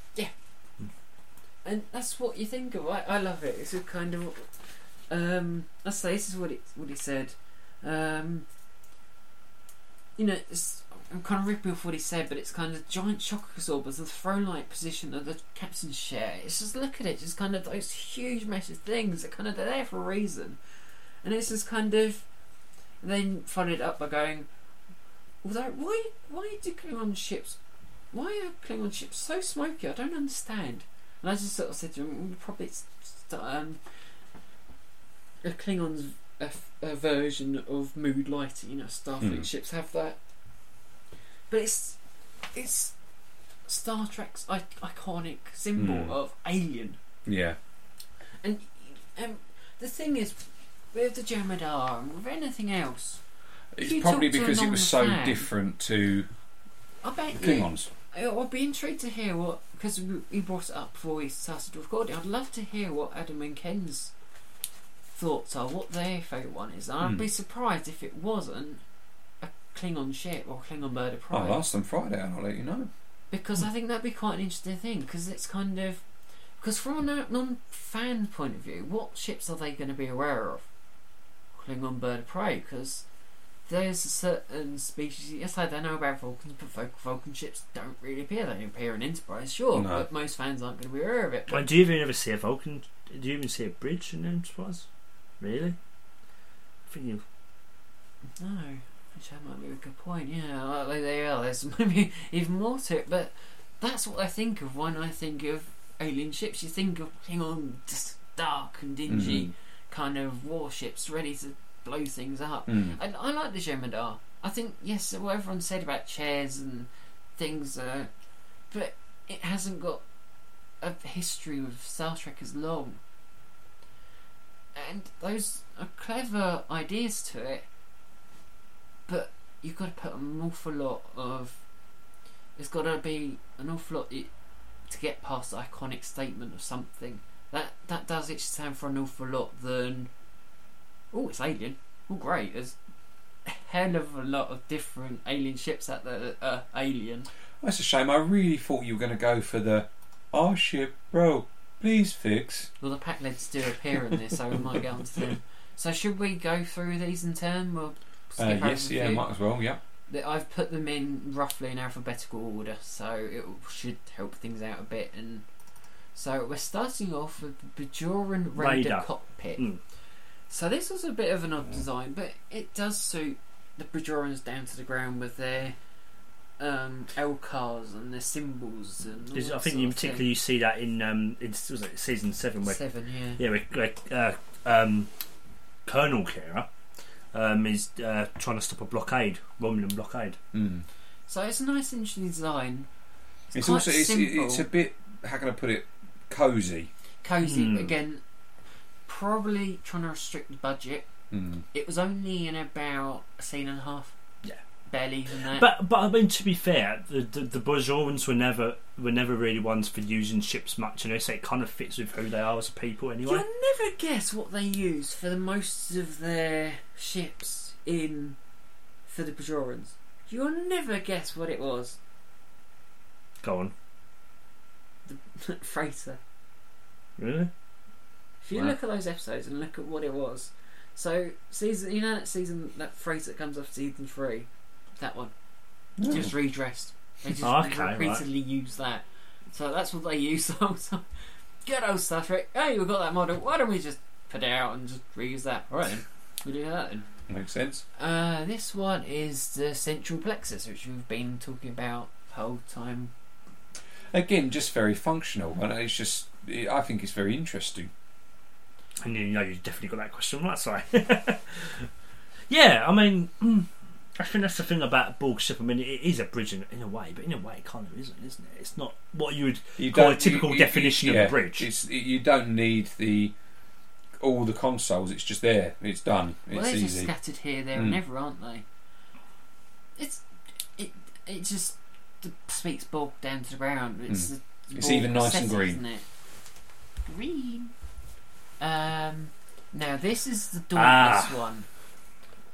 [SPEAKER 1] and that's what you think of. I, I love it. It's a kind of, um, I say this is what it what he said. Um, you know, it's, I'm kind of ripping off what he said, but it's kind of giant shock absorbers, the throne like position that the captains share. It's just look at it, just kind of those huge, massive things that kind of they're there for a reason, and it's just kind of then followed up by going, although why why do Klingon ships, why are Klingon ships so smoky? I don't understand. And I just sort of said to him, "We'll probably s- start um, a Klingon's a, f- a version of mood lighting. You know, Starfleet
[SPEAKER 3] Mm.
[SPEAKER 1] ships have that, but it's it's Star Trek's I- iconic symbol
[SPEAKER 3] Mm.
[SPEAKER 1] of alien.
[SPEAKER 3] Yeah.
[SPEAKER 1] And um, the thing is, with the Jemadar and with anything else, If
[SPEAKER 3] It's
[SPEAKER 1] you
[SPEAKER 3] probably
[SPEAKER 1] talk to a
[SPEAKER 3] because it was so
[SPEAKER 1] non-fan-
[SPEAKER 3] different to
[SPEAKER 1] I
[SPEAKER 3] the
[SPEAKER 1] bet you
[SPEAKER 3] Klingons.
[SPEAKER 1] I- I'd be intrigued to hear what because we brought it up before we started recording. I'd love to hear what Adam and Ken's thoughts are, what their favourite one is. And I'd
[SPEAKER 3] Hmm.
[SPEAKER 1] be surprised if it wasn't a Klingon ship or Klingon murder prize
[SPEAKER 3] Oh, I'll ask them Friday and I'll let you know.
[SPEAKER 1] because I think that'd be quite an interesting thing because it's kind of because from a non fan point of view, what ships are they going to be aware of? Klingon Bird of Prey because there's a certain species. Yes, I don't know about Vulcans, but Vul- Vulcan ships don't really appear. They appear in Enterprise, sure,
[SPEAKER 3] No.
[SPEAKER 1] but most fans aren't going to be aware of it.
[SPEAKER 2] Like, do you even ever see a Vulcan? Do you even see a bridge in Enterprise? Really? I think you.
[SPEAKER 1] No, which that might be a good point. Yeah, like, like they are. There's maybe even more to it, but that's what I think of when I think of alien ships. You think of hang on, just dark and
[SPEAKER 3] Mm-hmm. Mm.
[SPEAKER 1] dingy kind of warships ready to blow things up.
[SPEAKER 3] Mm.
[SPEAKER 1] And I like the Jem'Hadar. I think yes, what everyone said about chairs and things, uh, but it hasn't got a history with Star Trek as long. And those are clever ideas to it, but you've got to put an awful lot of. There's got to be an awful lot i- to get past the iconic statement of something. That that does it stand for an awful lot than. Oh, it's alien. Oh, great. There's a hell of a lot of different alien ships out there that are alien.
[SPEAKER 3] That's a shame. I really thought you were going to go for the our ship, bro. Please fix.
[SPEAKER 1] Well, the pack leads do appear in this, so we might get onto them. So, should we go through these in turn? We'll skip
[SPEAKER 3] Uh,
[SPEAKER 1] over
[SPEAKER 3] yes,
[SPEAKER 1] a
[SPEAKER 3] yeah,
[SPEAKER 1] few.
[SPEAKER 3] might as well. Yeah.
[SPEAKER 1] That I've put them in roughly in alphabetical order, so it should help things out a bit. And so we're starting off with the Bajoran Raider,
[SPEAKER 2] Raider.
[SPEAKER 1] cockpit.
[SPEAKER 3] Hmm.
[SPEAKER 2] Mm.
[SPEAKER 1] So this was a bit of an odd design, but it does suit the Bajorans down to the ground with their um, L cars and their symbols and. all
[SPEAKER 2] There's- I
[SPEAKER 1] that
[SPEAKER 2] think
[SPEAKER 1] sort
[SPEAKER 2] in
[SPEAKER 1] of thing.
[SPEAKER 2] particular you see that in um in was it season seven where
[SPEAKER 1] seven, yeah.
[SPEAKER 2] yeah where, where uh, um Colonel Kira um is uh, trying to stop a blockade Romulan blockade.
[SPEAKER 3] Mm.
[SPEAKER 1] So it's a nice, interesting design. It's,
[SPEAKER 3] It's,
[SPEAKER 1] quite
[SPEAKER 3] also it's, it-
[SPEAKER 1] simple.
[SPEAKER 3] it's a bit. How can I put it? Cozy.
[SPEAKER 1] cozy
[SPEAKER 2] Hmm.
[SPEAKER 1] again. Probably trying to restrict the budget.
[SPEAKER 3] Mm.
[SPEAKER 1] It was only in about a scene and a half.
[SPEAKER 2] Yeah.
[SPEAKER 1] barely even that.
[SPEAKER 2] But but I mean to be fair, the the, the Bajorans were never were never really ones for using ships much, you know. So it kind of fits with who they are as a people
[SPEAKER 1] You'll
[SPEAKER 2] anyway.
[SPEAKER 1] never guess what they use for the most of their ships in for the Bajorans. You'll never guess what it was.
[SPEAKER 2] Go on,
[SPEAKER 1] Freighter.
[SPEAKER 2] really?
[SPEAKER 1] If you
[SPEAKER 4] Wow.
[SPEAKER 1] look at those episodes and look at what it was, so season you know that season that phrase that comes after season three, that one just redressed. They just
[SPEAKER 2] Oh, okay, right.
[SPEAKER 1] repeatedly use that, so that's what they use the whole time. Good old Star Trek. Hey, we got that model. Why don't we just put it out and just reuse that? All right, then. we do that then.
[SPEAKER 3] Makes sense.
[SPEAKER 1] Uh, this one is the central plexus, which we've been talking about the whole time.
[SPEAKER 3] Again, just very functional, and it's just. It, I think it's very interesting.
[SPEAKER 2] And you know you definitely got that question right, sorry. yeah, I mean, mm, I think that's the thing about Borg ship. I mean, it is a bridge in, in a way, but in a way, it kind of isn't, isn't it? It's not what you would.
[SPEAKER 3] You
[SPEAKER 2] Call
[SPEAKER 3] don't-
[SPEAKER 2] it typical definition of a bridge.
[SPEAKER 3] It's, you don't need the all the consoles. It's just there. It's done. It's
[SPEAKER 1] well, they're just
[SPEAKER 3] easy.
[SPEAKER 1] scattered here, there, and
[SPEAKER 3] Mm.
[SPEAKER 1] ever, aren't they? It's it it just d- speaks Borg down to the ground. It's the
[SPEAKER 3] It's
[SPEAKER 1] Borg
[SPEAKER 3] even nice and
[SPEAKER 1] aesthetic,
[SPEAKER 3] green.
[SPEAKER 1] isn't it? Green. Um. Now this is the
[SPEAKER 2] Ah.
[SPEAKER 1] dauntless one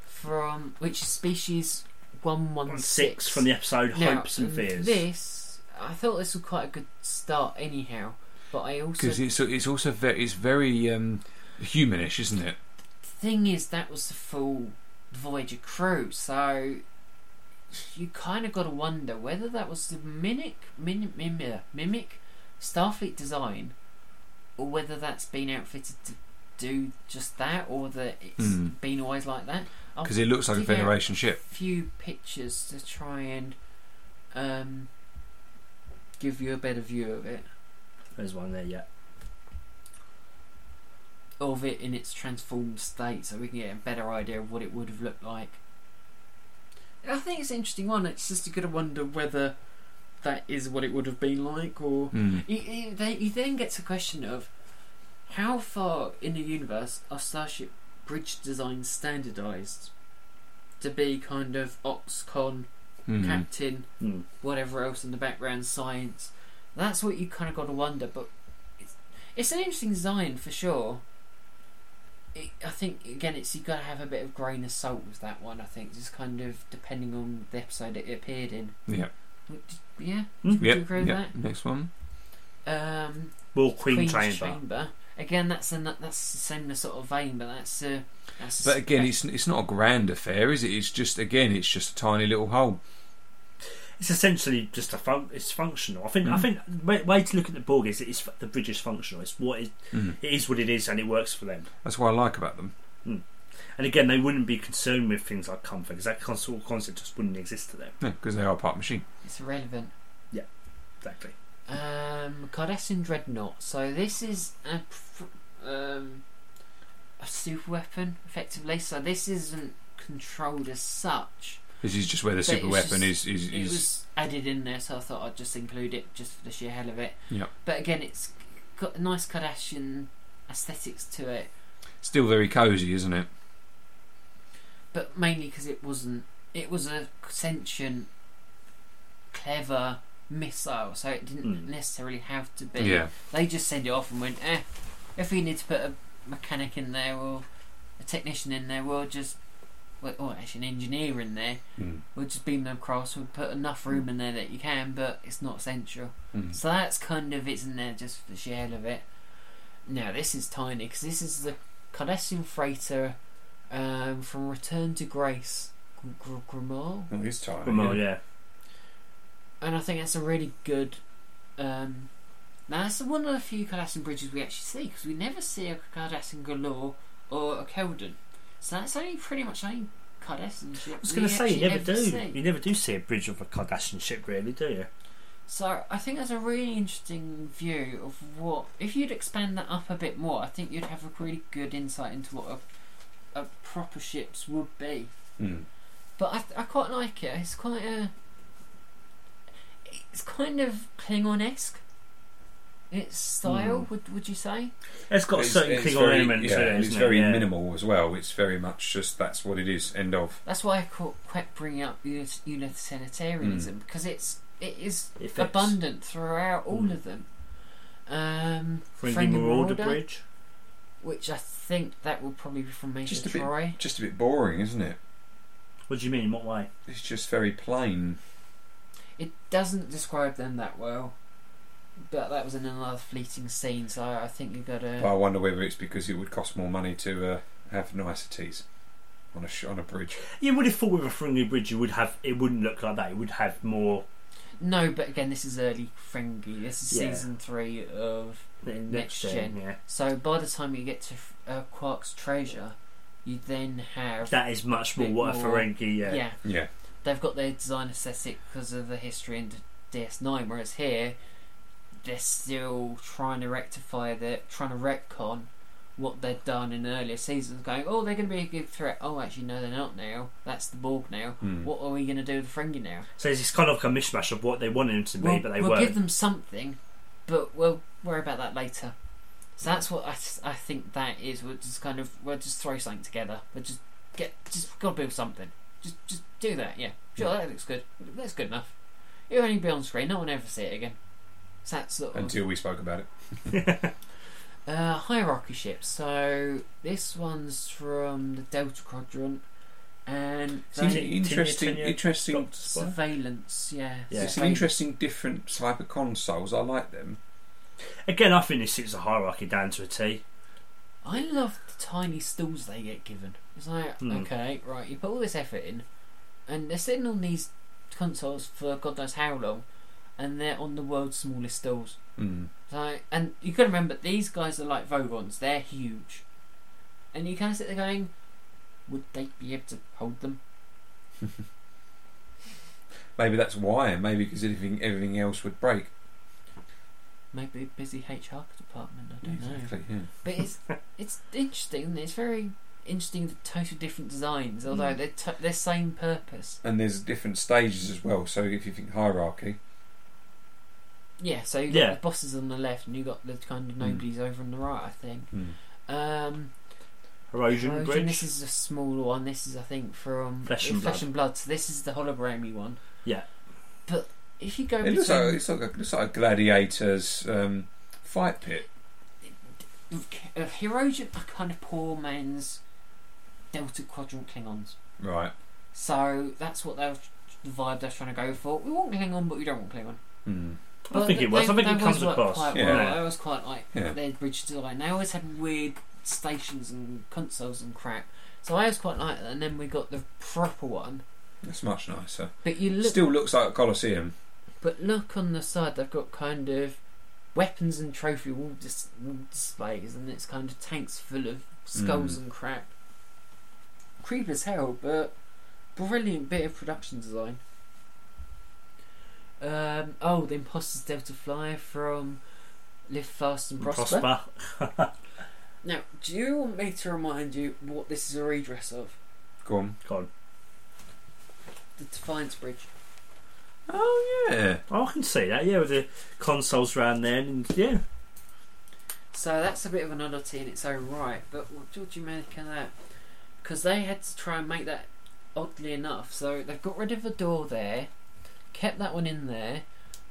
[SPEAKER 1] from which is species one one
[SPEAKER 2] One six from the episode
[SPEAKER 1] now, um,
[SPEAKER 2] Hopes and Fears.
[SPEAKER 1] This I thought this was quite a good start, anyhow. But I also
[SPEAKER 4] Because it's it's also very it's very um, humanish, isn't it?
[SPEAKER 1] thing is, that was the full Voyager crew, so you kind of got to wonder whether that was the mimic, mimic, mimic, mimic Starfleet design, or whether that's been outfitted to do just that, or that it's
[SPEAKER 4] Hmm.
[SPEAKER 1] been always like that. I'll
[SPEAKER 4] Because it looks like a
[SPEAKER 1] dig out
[SPEAKER 4] Federation ship.
[SPEAKER 1] Few pictures to try and um, give you a better view of it,
[SPEAKER 2] There's one there, yeah.
[SPEAKER 1] of it in its transformed state, so we can get a better idea of what it would have looked like. I think it's an interesting one. It's just you got to wonder whether that is what it would have been like, or
[SPEAKER 4] Mm.
[SPEAKER 1] you, you, they, you then get to the question of how far in the universe are starship bridge designs standardized to be kind of Oxcon
[SPEAKER 3] Mm-hmm.
[SPEAKER 4] Mm.
[SPEAKER 1] captain,
[SPEAKER 2] Mm.
[SPEAKER 1] whatever else in the background, science. That's what you kind of got to wonder. But it's, it's an interesting design for sure. It, I think again, it's you got to have a bit of grain of salt with that one. I think just kind of depending on the episode it appeared in.
[SPEAKER 4] Yeah.
[SPEAKER 1] Would- Yeah.
[SPEAKER 2] Mm.
[SPEAKER 1] Would you
[SPEAKER 4] Yep.
[SPEAKER 1] agree with
[SPEAKER 4] yep. Next one.
[SPEAKER 1] that? Um,
[SPEAKER 2] Well, Queen
[SPEAKER 1] Queen's
[SPEAKER 2] Chamber.
[SPEAKER 1] Again, that's in that, that's the same sort of vein, but that's uh, That's
[SPEAKER 4] But again, it's it's not a grand affair, is it? It's just again, it's just a tiny little hole.
[SPEAKER 2] It's essentially just a fun. It's functional. I think. I think way, way to look at the Borg is it's fu- the bridge is functional. It's what it, it is what it is, and it works for them.
[SPEAKER 4] Hmm. That's what I like about them.
[SPEAKER 2] And again, they wouldn't be concerned with things like comfort because that con- sort of concept just wouldn't exist to them.
[SPEAKER 4] because they are part machine.
[SPEAKER 1] it's irrelevant.
[SPEAKER 2] Exactly.
[SPEAKER 1] Um, Cardassian Dreadnought. So this is a pr- um, a super weapon, effectively. So this isn't controlled as such.
[SPEAKER 4] This is just where the
[SPEAKER 1] But it
[SPEAKER 4] super
[SPEAKER 1] was
[SPEAKER 4] weapon
[SPEAKER 1] just-
[SPEAKER 4] is is,
[SPEAKER 1] It
[SPEAKER 4] is
[SPEAKER 1] was added in there, so I thought I'd just include it just for the sheer hell of it.
[SPEAKER 4] Yep.
[SPEAKER 1] But again, it's got a nice Kardashian aesthetics to it,
[SPEAKER 4] still very cozy, isn't it?
[SPEAKER 1] but mainly because it wasn't. It was a sentient, clever missile, so it didn't
[SPEAKER 2] Mm.
[SPEAKER 1] necessarily have to be.
[SPEAKER 4] yeah,
[SPEAKER 1] They just send it off and went, eh, if we need to put a mechanic in there or a technician in there, we'll just, well, or actually an engineer in there,
[SPEAKER 4] Mm.
[SPEAKER 1] we'll just beam them across, we'll put enough room in there that you can, but it's not essential.
[SPEAKER 4] Mm.
[SPEAKER 1] So that's kind of it's in there just for the shell of it. Now, this is tiny because this is the Cardassian freighter um, from Return to Grace. Gr- Gr- Grimal?
[SPEAKER 3] Well, it's time.
[SPEAKER 2] Well,
[SPEAKER 3] yeah.
[SPEAKER 2] yeah.
[SPEAKER 1] And I think that's a really good. Um, now, that's one of the few Cardassian bridges we actually see because we never see a Cardassian Galore or a Keldon. So that's only pretty much only Cardassian ship.
[SPEAKER 2] I was going to say you never do. You never do see a bridge of a Kardashian ship, really, do you?
[SPEAKER 1] So I think that's a really interesting view of what. If you'd expand that up a bit more, I think you'd have a really good insight into what a, a proper ships would be.
[SPEAKER 3] Mm.
[SPEAKER 1] But I, I quite like it. It's quite a. It's kind of Klingon esque. Its
[SPEAKER 3] Hmm.
[SPEAKER 1] style, would would you say?
[SPEAKER 2] It's got a certain
[SPEAKER 3] it's
[SPEAKER 2] Klingon
[SPEAKER 3] very-
[SPEAKER 2] element
[SPEAKER 3] yeah,
[SPEAKER 2] to it.
[SPEAKER 3] and it's
[SPEAKER 2] isn't it?
[SPEAKER 3] very
[SPEAKER 2] Yeah.
[SPEAKER 3] minimal as well. It's very much just that's what it is. End of.
[SPEAKER 1] That's why I qu- kept bringing up unit- unitarianism
[SPEAKER 3] Hmm.
[SPEAKER 1] because it's it is
[SPEAKER 2] It fits.
[SPEAKER 1] abundant throughout all
[SPEAKER 3] Hmm.
[SPEAKER 2] Mm.
[SPEAKER 1] of them. Um,
[SPEAKER 2] Friendly,
[SPEAKER 1] Friendly
[SPEAKER 2] Marauder,
[SPEAKER 1] Marauder.
[SPEAKER 2] bridge.
[SPEAKER 1] which I think that will probably be from Major
[SPEAKER 3] Just a bit-
[SPEAKER 1] Troy.
[SPEAKER 3] Just a bit boring, isn't it?
[SPEAKER 2] What do you mean? In what way?
[SPEAKER 3] It's just very plain.
[SPEAKER 1] It doesn't describe them that well, but that was in another fleeting scene, so I think you've got
[SPEAKER 3] But
[SPEAKER 1] to.
[SPEAKER 3] I wonder whether it's because it would cost more money to uh, have niceties on a sh- on a bridge.
[SPEAKER 2] You would have thought with a friendly bridge, you would have. It wouldn't look like that. It would have more.
[SPEAKER 1] No, but again, this is early Fringy. This is
[SPEAKER 2] Yeah.
[SPEAKER 1] season three of Next gen.
[SPEAKER 2] Yeah.
[SPEAKER 1] So by the time you get to uh, Quark's treasure, you then have
[SPEAKER 2] That is much more what a
[SPEAKER 1] Bit more-
[SPEAKER 2] Ferengi.
[SPEAKER 1] yeah.
[SPEAKER 2] Yeah.
[SPEAKER 3] Yeah,
[SPEAKER 1] they've got their design aesthetic because of the history in DS9, whereas here they're still trying to rectify the trying to retcon what they've done in earlier seasons, going oh they're going to be a good threat. Oh actually no they're not now. That's the Borg now.
[SPEAKER 3] Hmm.
[SPEAKER 1] What are we going to do with the Ferengi now?
[SPEAKER 2] So it's kind of like a mishmash of what they wanted them to be,
[SPEAKER 1] we'll,
[SPEAKER 2] but they
[SPEAKER 1] we'll
[SPEAKER 2] weren't.
[SPEAKER 1] give them something, but we'll worry about that later. So that's what I, s- I think that is. We'll just kind of we'll just throw something together. We'll just get just gotta build something. Just just do that. Yeah, sure. That looks good. That's good enough. It'll only be on screen. No one ever see it again. So that's sort of
[SPEAKER 3] until we spoke about it.
[SPEAKER 1] uh, hierarchy ships. So this one's from the Delta Quadrant and
[SPEAKER 3] Seems
[SPEAKER 1] they-
[SPEAKER 2] Tiny-
[SPEAKER 3] interesting.
[SPEAKER 2] tiny-
[SPEAKER 3] interesting.
[SPEAKER 2] got to spy.
[SPEAKER 1] surveillance. Yeah,
[SPEAKER 2] Yeah.
[SPEAKER 3] It's an interesting, different type of consoles. I like them.
[SPEAKER 2] Again, I think this suits the hierarchy down to a T.
[SPEAKER 1] I love the tiny stools they get given. It's like,
[SPEAKER 2] Hmm.
[SPEAKER 1] okay, right, you put all this effort in, and they're sitting on these consoles for God knows how long, and they're on the world's smallest stools.
[SPEAKER 3] Mm.
[SPEAKER 1] It's Like, and you got to remember, these guys are like Vogons, they're huge. And you kind of sit there going, would they be able to hold them?
[SPEAKER 3] Maybe that's why. Maybe because everything everything else would break.
[SPEAKER 1] Maybe a busy HR department, I don't know.
[SPEAKER 3] Exactly. Yeah.
[SPEAKER 1] But it's it's interesting, isn't it? it's very interesting, the total different designs, although
[SPEAKER 2] Hmm.
[SPEAKER 1] they're, t- they're same purpose.
[SPEAKER 3] And there's different stages as well. So if you think hierarchy,
[SPEAKER 1] Yeah, so you got
[SPEAKER 2] Yeah. Hmm.
[SPEAKER 1] the bosses on the left, and you got the kind of nobodies over on the right. I think.
[SPEAKER 4] Hmm.
[SPEAKER 3] mm.
[SPEAKER 1] Um,
[SPEAKER 2] Erosion
[SPEAKER 1] Origin,
[SPEAKER 2] bridge.
[SPEAKER 1] This is a smaller one. This is, I think, from
[SPEAKER 2] Flesh and Blood.
[SPEAKER 1] So this is the hologrammy one.
[SPEAKER 2] Yeah.
[SPEAKER 1] But if you go
[SPEAKER 3] it looks like
[SPEAKER 1] between
[SPEAKER 3] it's like a, looks like a gladiator's um, fight pit.
[SPEAKER 1] uh, Hirogen are kind of poor man's Delta Quadrant Klingons.
[SPEAKER 3] Right.
[SPEAKER 1] So that's what they're the vibe they're trying to go for. We want Klingon, but we don't want Klingon.
[SPEAKER 4] Hmm.
[SPEAKER 3] Mm.
[SPEAKER 2] I think it was. I think it comes across.
[SPEAKER 1] Quite
[SPEAKER 3] Yeah.
[SPEAKER 1] well. I always quite like
[SPEAKER 3] Yeah.
[SPEAKER 1] their bridge design. They always had weird stations and consoles and crap. So I was quite like that, and then we got the proper one.
[SPEAKER 3] That's much nicer.
[SPEAKER 1] But you look,
[SPEAKER 3] Still looks like a Colosseum.
[SPEAKER 1] but look on the side, they've got kind of weapons and trophy wall, dis- wall displays, and it's kind of tanks full of skulls and crap. Creep as hell, but brilliant bit of production design. Um, oh, the Imposters Delta Flyer from Live Fast and Prosper.
[SPEAKER 2] Prosper.
[SPEAKER 1] Now, do you want me to remind you what this is a redress of?
[SPEAKER 3] Go on.
[SPEAKER 2] Go on.
[SPEAKER 1] The Defiance Bridge.
[SPEAKER 4] Yeah.
[SPEAKER 2] Oh, I can see that. Yeah, with the consoles round there, and yeah,
[SPEAKER 1] So that's a bit of an oddity in its own right, but what do you make of that? Because they had to try and make that oddly enough, so they've got rid of the door there, kept that one in there,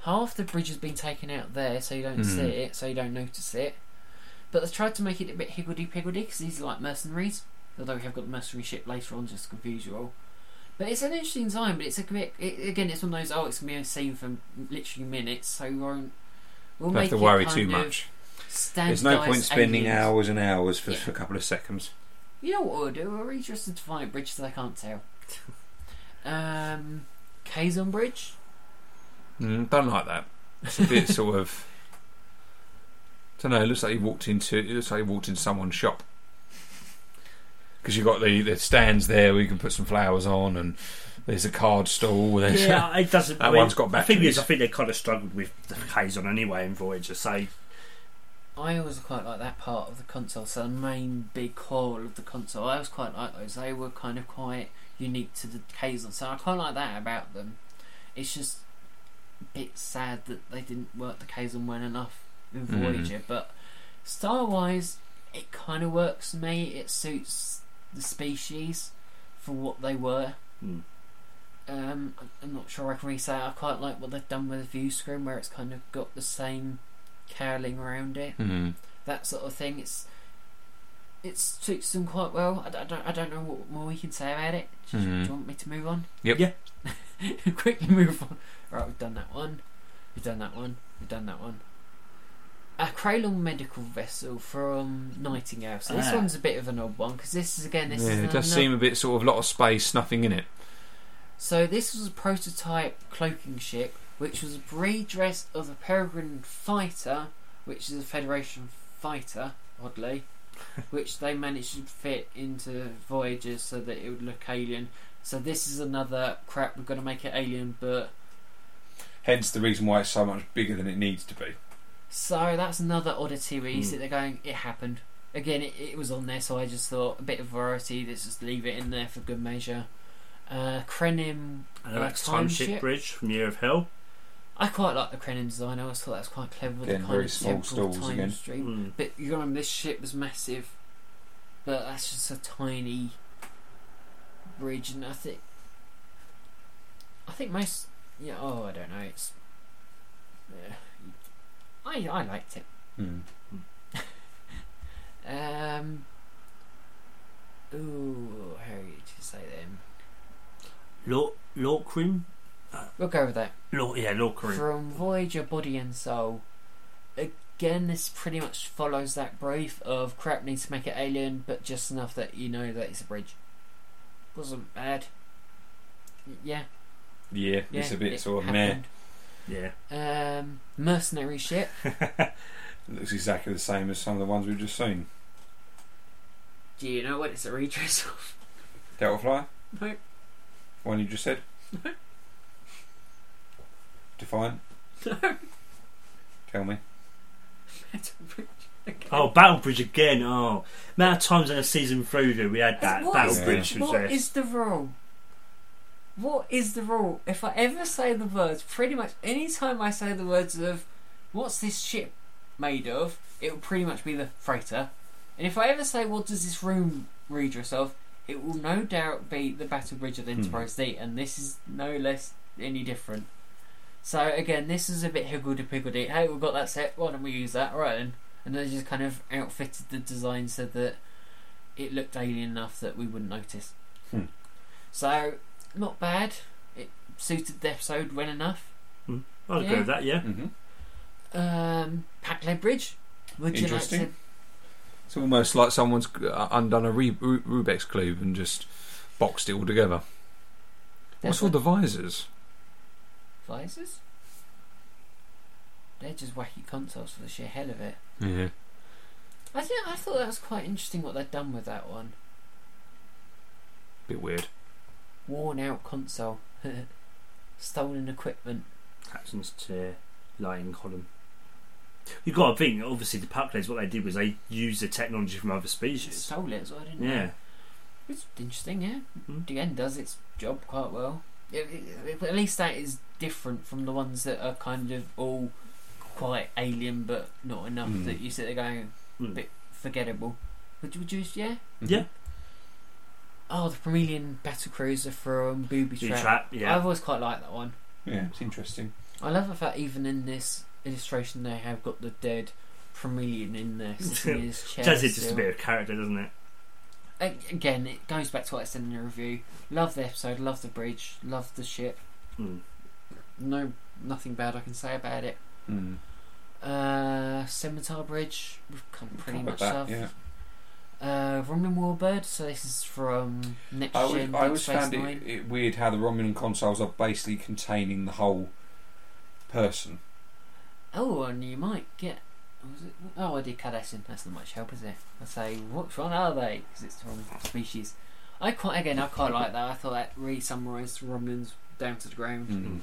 [SPEAKER 1] half the bridge has been taken out there so you don't
[SPEAKER 4] Hmm.
[SPEAKER 1] see it, so you don't notice it, but they've tried to make it a bit higgledy-piggledy because these are like mercenaries, although we have got the mercenary ship later on just to confuse you all. But it's an interesting design, but it's a bit, it, again, it's one of those, oh, it's going to be a scene for literally minutes, so we won't... We'll
[SPEAKER 4] Don't have
[SPEAKER 1] make
[SPEAKER 4] to
[SPEAKER 1] it
[SPEAKER 4] worry
[SPEAKER 1] kind
[SPEAKER 4] too
[SPEAKER 1] of
[SPEAKER 4] much.
[SPEAKER 3] There's no point
[SPEAKER 1] standardised
[SPEAKER 3] spending
[SPEAKER 1] aliens.
[SPEAKER 3] hours and hours for,
[SPEAKER 1] Yeah.
[SPEAKER 3] for a couple of seconds.
[SPEAKER 1] You know what we'll do? We'll redress the Defiant Bridge so they can't tell. Um, Kazon Bridge?
[SPEAKER 4] Mm, don't like that. It's a bit sort of. Don't know. It looks like you walked into. It looks like you walked into someone's shop. Because you've got the, the stands there where you can put some flowers on, and there's a card stall. There's
[SPEAKER 2] yeah, it doesn't.
[SPEAKER 4] That
[SPEAKER 2] I mean,
[SPEAKER 4] one's got
[SPEAKER 2] The thing
[SPEAKER 4] batteries.
[SPEAKER 2] is, I think they kind of struggled with the Kazon anyway in Voyager. So
[SPEAKER 1] I always quite like that part of the console, so the main big hall of the console. I always quite like those. They were kind of quite unique to the Kazon, so I quite like that about them. It's just a bit sad that they didn't work the Kazon well enough in
[SPEAKER 3] Mm-hmm.
[SPEAKER 4] Mm.
[SPEAKER 1] Voyager, but star wise, it kind of works for me. It suits the species for what they were.
[SPEAKER 2] mm.
[SPEAKER 1] Um, I'm not sure I can really say. I quite like what they've done with the view screen, where it's kind of got the same cowling around it,
[SPEAKER 4] Hmm.
[SPEAKER 1] that sort of thing. It's it suits them quite well. I, d- I don't, I don't know what more we can say about it. Do, you- do
[SPEAKER 4] Mhm.
[SPEAKER 1] you want me to move on?
[SPEAKER 4] Yep.
[SPEAKER 2] Yeah.
[SPEAKER 1] Quickly move on. Right, we've done that one. We've done that one. We've done that one. A Kralon medical vessel from Nightingale. So this
[SPEAKER 2] Ah.
[SPEAKER 1] one's a bit of an odd one because this is again this
[SPEAKER 4] yeah,
[SPEAKER 1] is
[SPEAKER 4] it does
[SPEAKER 1] another-
[SPEAKER 4] seem a bit sort of lot of space, nothing in it.
[SPEAKER 1] So this was a prototype cloaking ship, which was a redress of the Peregrine Fighter, which is a Federation fighter, oddly, which they managed to fit into Voyager so that it would look alien. So this is another crap. We've got to make it alien, but
[SPEAKER 3] Hence the reason why it's so much bigger than it needs to be.
[SPEAKER 1] so that's another oddity where you
[SPEAKER 2] Hmm.
[SPEAKER 1] sit there going, it happened. Again, it, it was on there, so I just thought a bit of variety. Let's just leave it in there for good measure. Uh, Krenim
[SPEAKER 2] and
[SPEAKER 1] Yeah,
[SPEAKER 2] that's
[SPEAKER 1] time
[SPEAKER 2] Time Ship
[SPEAKER 1] ship.
[SPEAKER 2] Bridge from Year of Hell.
[SPEAKER 1] I quite like the Krenin design. I always thought that was quite clever. with The
[SPEAKER 3] Again,
[SPEAKER 1] kind
[SPEAKER 3] very
[SPEAKER 1] of
[SPEAKER 3] small
[SPEAKER 1] temporal
[SPEAKER 3] stalls
[SPEAKER 1] time
[SPEAKER 3] again.
[SPEAKER 1] stream.
[SPEAKER 2] Mm.
[SPEAKER 1] But you remember this ship was massive, but that's just a tiny bridge, and I think, I think most, yeah. Oh, I don't know. It's, yeah. I I liked it.
[SPEAKER 4] Hmm.
[SPEAKER 3] Mm.
[SPEAKER 1] Um. Ooh, how do you say them?
[SPEAKER 2] Law, Lawcrim,
[SPEAKER 1] We'll go with that.
[SPEAKER 2] Law, yeah, Lawcrim.
[SPEAKER 1] From Voyager Body and Soul. Again, this pretty much follows that brief of crap needs to make it alien, but just enough that you know that it's a bridge. Wasn't bad. Y- Yeah,
[SPEAKER 3] Yeah,
[SPEAKER 1] yeah.
[SPEAKER 3] it's a bit
[SPEAKER 1] it
[SPEAKER 3] sort of meh.
[SPEAKER 1] happened.
[SPEAKER 2] Yeah,
[SPEAKER 1] Um, mercenary ship.
[SPEAKER 3] Looks exactly the same as some of the ones we've just seen.
[SPEAKER 1] Do you know what it's a redress of?
[SPEAKER 3] Delta Flyer?
[SPEAKER 1] No.
[SPEAKER 3] One you just said? Defiant? Tell me.
[SPEAKER 2] Oh, Battle Bridge again. Oh, amount of times in a season through that we had that
[SPEAKER 1] What
[SPEAKER 2] Battle
[SPEAKER 1] is
[SPEAKER 3] the-
[SPEAKER 2] Bridge was
[SPEAKER 1] What
[SPEAKER 2] there.
[SPEAKER 1] is the rule? What is the rule? If I ever say the words, pretty much any time I say the words of what's this ship made of, it will pretty much be the freighter. And if I ever say what does this room redress of, it will no doubt be the battle bridge of the
[SPEAKER 3] Hmm.
[SPEAKER 1] Enterprise D, and this is no less any different. So again, this is a bit higgledy piggledy. Hey, we've got that set. Why don't we use that? All Right then. And they just kind of outfitted the design so that it looked alien enough that we wouldn't notice.
[SPEAKER 3] Hmm.
[SPEAKER 1] So not bad. It suited the episode well enough.
[SPEAKER 2] I'd agree
[SPEAKER 1] Yeah.
[SPEAKER 2] with that. Yeah,
[SPEAKER 3] Mm-hmm.
[SPEAKER 1] Um, Pack Bridge. Would you like to?
[SPEAKER 3] Interesting.
[SPEAKER 4] It's almost like someone's uh, undone a Re- Ru- Rubik's cube and just boxed it all together. What's all the visors?
[SPEAKER 1] visors? They're just wacky consoles for the sheer hell of it.
[SPEAKER 4] Yeah.
[SPEAKER 1] I think I thought that was quite interesting what they'd done with that one.
[SPEAKER 4] Bit weird.
[SPEAKER 1] Worn out console, stolen equipment.
[SPEAKER 2] Captain's tier, lying column. You've got to think, obviously, the Parklands, what they did was they used the technology from other species.
[SPEAKER 1] Stole it as well, didn't
[SPEAKER 2] Yeah.
[SPEAKER 1] they? It's interesting, yeah.
[SPEAKER 2] Mhm.
[SPEAKER 1] Again, does its job quite well. It- it- at least that is different from the ones that are kind of all quite alien, but not enough
[SPEAKER 2] Hmm.
[SPEAKER 3] Mm.
[SPEAKER 1] that you sit there going
[SPEAKER 2] Mm.
[SPEAKER 1] bit forgettable. Would you, would you yeah?
[SPEAKER 3] Mm-hmm.
[SPEAKER 2] Yeah.
[SPEAKER 1] Oh, the Promelian Battle Cruiser from Booby
[SPEAKER 2] Booby
[SPEAKER 1] Trap.
[SPEAKER 2] trap, yeah.
[SPEAKER 1] I've always quite liked that one.
[SPEAKER 3] Yeah, it's interesting.
[SPEAKER 1] I love the fact even in this illustration they have got the dead Promelian in there sitting in his chair.
[SPEAKER 2] Jazz is just a
[SPEAKER 1] still.
[SPEAKER 2] bit of character, doesn't it?
[SPEAKER 1] A- Again, it goes back to what I said in the review. Love the episode, love the bridge, love the ship.
[SPEAKER 2] Mm.
[SPEAKER 1] No, nothing bad I can say about it.
[SPEAKER 3] Mm.
[SPEAKER 1] Uh, Scimitar Bridge, we've come pretty
[SPEAKER 3] Covered
[SPEAKER 1] much
[SPEAKER 3] that,
[SPEAKER 1] off.
[SPEAKER 3] yeah.
[SPEAKER 1] Uh, Romulan Warbird, so this is from Next
[SPEAKER 3] I always,
[SPEAKER 1] Gen
[SPEAKER 3] I
[SPEAKER 1] Deep
[SPEAKER 3] always
[SPEAKER 1] Space
[SPEAKER 3] found
[SPEAKER 1] Nine.
[SPEAKER 3] it, it weird how the Romulan consoles are basically containing the whole person.
[SPEAKER 1] Oh, and you might get. Was it, oh, I did Cardassian. That's not much help, is it? I say, which one are they? Because it's the wrong species. I quite again, I quite like that. I thought that really summarised Romulans down to the ground.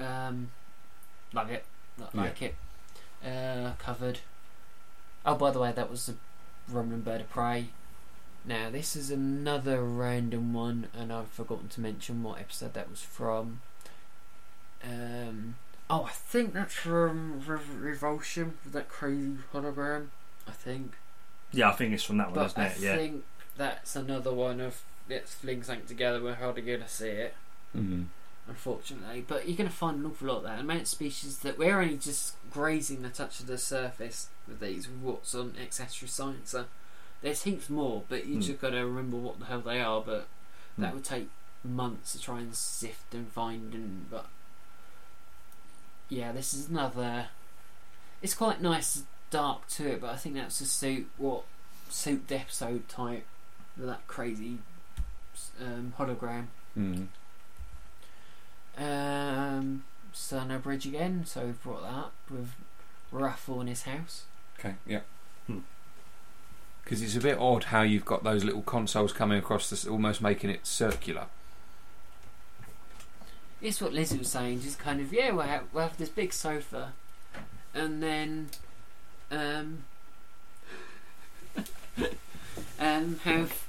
[SPEAKER 3] Mm.
[SPEAKER 1] Um, love it, Li- like it. Uh, covered. Oh, by the way, that was the Romulan bird of prey. Now this is another random one, and I've forgotten to mention what episode that was from. Um, oh, I think that's from Re- Revulsion with that crazy hologram. I think,
[SPEAKER 2] Yeah, I think it's from that one,
[SPEAKER 1] but
[SPEAKER 2] isn't
[SPEAKER 1] I
[SPEAKER 2] it? Yeah.
[SPEAKER 1] think that's another one of let's fling something together. We're hardly going to see it
[SPEAKER 3] Mm.
[SPEAKER 1] unfortunately. But you're going to find an awful lot of that. The amount of species that we're only just grazing the touch of the surface with these with what's on Accessory Science. So there's heaps more, but you
[SPEAKER 2] Hmm.
[SPEAKER 1] just got to remember what the hell they are. But that
[SPEAKER 2] Hmm.
[SPEAKER 1] would take months to try and sift and find. And but yeah, this is another. It's quite nice, dark to it, but I think that's to suit what suit the episode type. with That crazy um, hologram.
[SPEAKER 3] Mm.
[SPEAKER 1] Um, Sono Bridge again, so we've brought that up with Raffle in his house.
[SPEAKER 3] Okay, yeah. Hmm.
[SPEAKER 4] Because it's a bit odd how you've got those little consoles coming across this, almost making it circular.
[SPEAKER 1] It's what Lizzie was saying, just kind of, yeah, we'll have, we'll have this big sofa, and then, um, um, have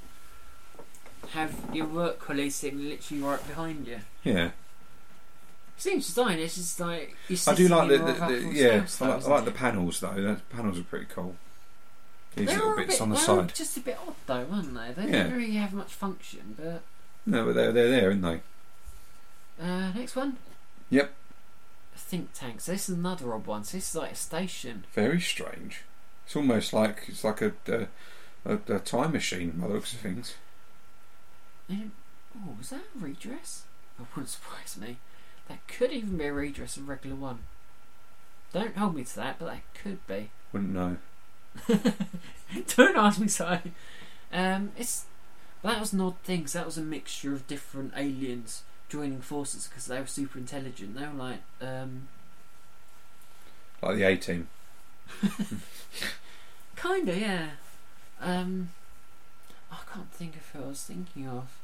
[SPEAKER 1] have your work colleagues sitting literally right behind you.
[SPEAKER 3] Yeah.
[SPEAKER 1] Seems to die, it's just like you
[SPEAKER 3] I do like the,
[SPEAKER 1] in
[SPEAKER 3] the, the
[SPEAKER 1] Raffle's
[SPEAKER 3] yeah.
[SPEAKER 1] house,
[SPEAKER 3] I
[SPEAKER 1] though,
[SPEAKER 3] like, I
[SPEAKER 1] isn't
[SPEAKER 3] like
[SPEAKER 1] it?
[SPEAKER 3] the panels though. The panels are pretty cool. These
[SPEAKER 1] They
[SPEAKER 3] little
[SPEAKER 1] are a
[SPEAKER 3] bits
[SPEAKER 1] bit-
[SPEAKER 3] on the
[SPEAKER 1] they are
[SPEAKER 3] side.
[SPEAKER 1] just a bit odd though, aren't they? They
[SPEAKER 3] Yeah.
[SPEAKER 1] don't really have much function, but
[SPEAKER 3] No, but they're they're there, aren't they?
[SPEAKER 1] Uh, next one.
[SPEAKER 3] Yep.
[SPEAKER 1] A think tank. So this is another odd one. So this is like a station.
[SPEAKER 3] Very strange. It's almost like it's like a a, a, a time machine by the looks of things.
[SPEAKER 1] And- Oh, was that a redress? That wouldn't surprise me. That could even be a redress of regular one. Don't hold me to that, but that could be.
[SPEAKER 3] Wouldn't know.
[SPEAKER 1] Don't ask me so. Um, it's that was an odd thing. 'cause that was a mixture of different aliens joining forces because they were super intelligent. They were like um,
[SPEAKER 3] Like the A team.
[SPEAKER 1] Kinda, yeah. Um, I can't think of who I was thinking of.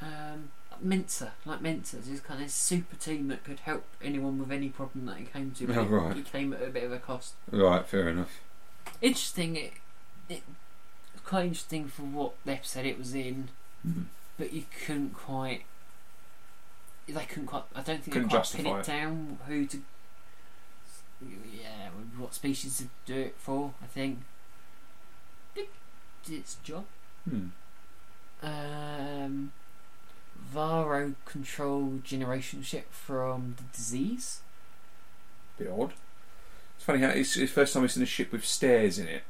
[SPEAKER 1] Um, Mensa, like Mensa, this kind of super team that could help anyone with any problem that it came to. but
[SPEAKER 3] Oh,
[SPEAKER 1] it-
[SPEAKER 3] right.
[SPEAKER 1] It came at a bit of a cost.
[SPEAKER 3] Right, fair enough.
[SPEAKER 1] Interesting. It, it quite interesting for what episode it was in,
[SPEAKER 4] Hmm.
[SPEAKER 3] Mm.
[SPEAKER 1] but you couldn't quite. They couldn't quite. I don't think
[SPEAKER 4] Couldn't
[SPEAKER 1] they quite pin
[SPEAKER 4] justify
[SPEAKER 1] it,
[SPEAKER 4] it.
[SPEAKER 1] down. Who to? Yeah, what species to do it for? I think. It did its job.
[SPEAKER 3] Mm.
[SPEAKER 1] Um, Varo control generation ship from the disease.
[SPEAKER 4] Bit odd.
[SPEAKER 3] It's funny how it's, it's the first time it's in a ship with stairs in it.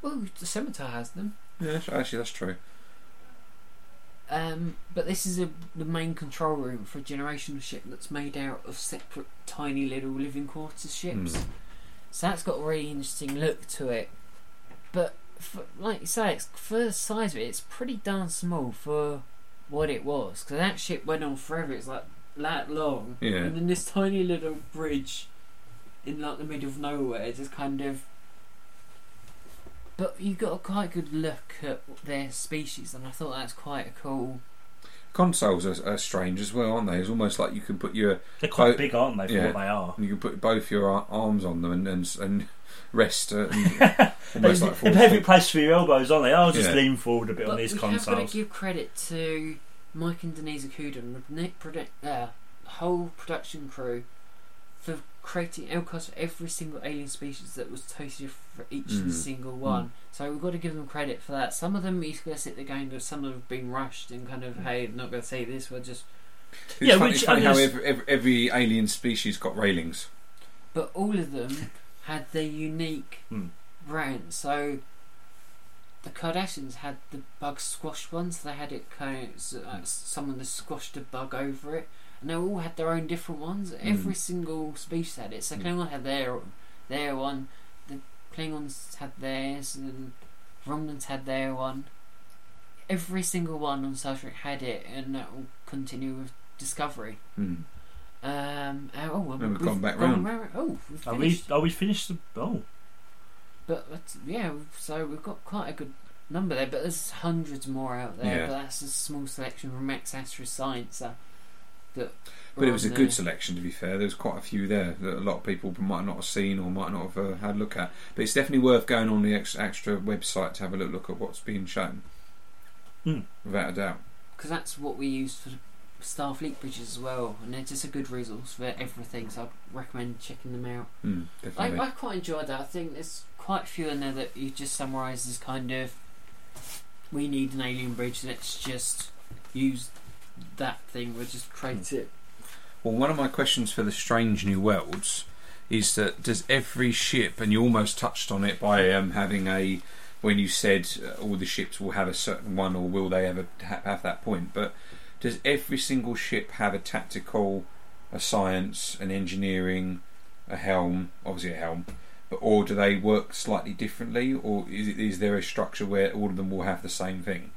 [SPEAKER 1] Well, the scimitar has them.
[SPEAKER 3] Yeah, that's- actually, that's true.
[SPEAKER 1] Um, but this is a, the main control room for a generation ship that's made out of separate tiny little living quarters ships. So that's got a really interesting look to it. But for, like you say, it's, for the size of it, it's pretty darn small for what it was. Because that ship went on forever. It's like that long,
[SPEAKER 3] Yeah.
[SPEAKER 1] and then this tiny little bridge in like the middle of nowhere just kind of. But you got a quite good look at their species, and I thought that's quite a cool.
[SPEAKER 3] Consoles are, are strange as well, aren't they? It's almost like you can put your
[SPEAKER 2] They're quite
[SPEAKER 3] Oh,
[SPEAKER 2] big, aren't they? For
[SPEAKER 3] yeah.
[SPEAKER 2] what they are.
[SPEAKER 3] you can put both your ar- arms on them and and, and rest uh, and almost like
[SPEAKER 2] They're
[SPEAKER 3] force
[SPEAKER 2] perfect place for your elbows, aren't they? I'll just
[SPEAKER 3] Yeah.
[SPEAKER 2] lean forward a bit on
[SPEAKER 1] but
[SPEAKER 2] these
[SPEAKER 1] we have got
[SPEAKER 2] consoles.
[SPEAKER 1] to give credit to Mike and Denise Akuda and the ne- produ- uh, whole production crew for creating outcasts for every single alien species that was totally different for each
[SPEAKER 2] Mm.
[SPEAKER 3] Mhm.
[SPEAKER 1] single one. So we've got to give them credit for that. Some of them you going to sit there going, "But some of them have been rushed and kind of,
[SPEAKER 2] Mm.
[SPEAKER 1] hey, I'm not going to say this, we'll just.
[SPEAKER 3] It's
[SPEAKER 2] Yeah,
[SPEAKER 3] funny,
[SPEAKER 2] which
[SPEAKER 3] it's funny how
[SPEAKER 2] others-
[SPEAKER 3] every, every, every alien species got railings.
[SPEAKER 1] But all of them had their unique
[SPEAKER 2] Mm.
[SPEAKER 1] brand. So the Kardashians had the bug squash ones. They had it kind of uh, someone that squashed a bug over it, and they all had their own different ones.
[SPEAKER 3] Hmm.
[SPEAKER 1] Every single species had it. So
[SPEAKER 3] Mm.
[SPEAKER 1] Klingon had their their one. The Klingons had theirs, and Romulans had their one. Every single one on Star Trek had it, and that will continue with Discovery.
[SPEAKER 3] Mm.
[SPEAKER 1] Um, uh, oh,
[SPEAKER 3] And we've gone back round.
[SPEAKER 1] round. Oh, we've
[SPEAKER 2] Are we?
[SPEAKER 1] finished.
[SPEAKER 2] Are we finished? The, oh,
[SPEAKER 1] But that's- yeah, so we've got quite a good number there, but there's hundreds more out there.
[SPEAKER 3] Yeah.
[SPEAKER 1] But that's a small selection from Max Astra Science. Uh, that Oh,
[SPEAKER 3] But it was a good
[SPEAKER 1] selection.
[SPEAKER 3] selection, to be fair. There was quite a few there that a lot of people might not have seen or might not have uh, had a look at. But it's definitely worth going on the ex- extra website to have a look, look at what's being shown.
[SPEAKER 2] Hmm.
[SPEAKER 3] Without a doubt.
[SPEAKER 1] because that's what we use for the Starfleet bridges as well, and it's just a good resource for everything. So I'd recommend checking them out.
[SPEAKER 3] Hmm,
[SPEAKER 1] I,
[SPEAKER 3] definitely.
[SPEAKER 1] I quite enjoyed that. I think there's quite a few in there that you just summarise as kind of we need an alien bridge. Let's just use that thing. We'll just
[SPEAKER 3] Hmm.
[SPEAKER 1] create it.
[SPEAKER 3] Well, one of my questions for the Strange New Worlds is that does every ship, and you almost touched on it by um, having a, when you said uh, all the ships will have a certain one or will they ever ha- have that point, but does every single ship have a tactical, a science, an engineering, a helm, obviously a helm, but or do they work slightly differently, or is, it, is there a structure where all of them will have the same thing?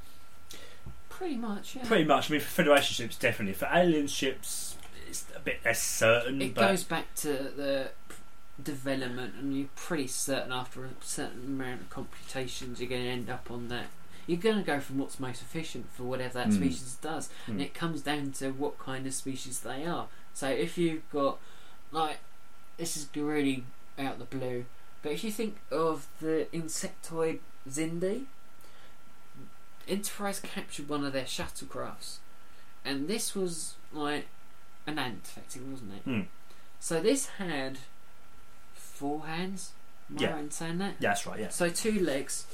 [SPEAKER 1] Pretty much. Yeah.
[SPEAKER 2] pretty much. I mean, for Federation ships, definitely. For alien ships, it's a bit less certain.
[SPEAKER 1] It
[SPEAKER 2] but
[SPEAKER 1] goes back to the p- development, and you're pretty certain after a certain amount of computations, you're going to end up on that. You're going to go from what's most efficient for whatever that
[SPEAKER 3] Mm.
[SPEAKER 1] species does, and
[SPEAKER 2] Mm.
[SPEAKER 1] it comes down to what kind of species they are. So if you've got, like, this is really out the blue, but if you think of the insectoid Zindi, Enterprise captured one of their shuttlecrafts, and this was like an ant, effectively, wasn't it?
[SPEAKER 2] Hmm.
[SPEAKER 1] So this had four hands. Am I
[SPEAKER 2] Yeah.
[SPEAKER 1] right in saying that?
[SPEAKER 2] Yeah, that's right. Yeah.
[SPEAKER 1] So two legs,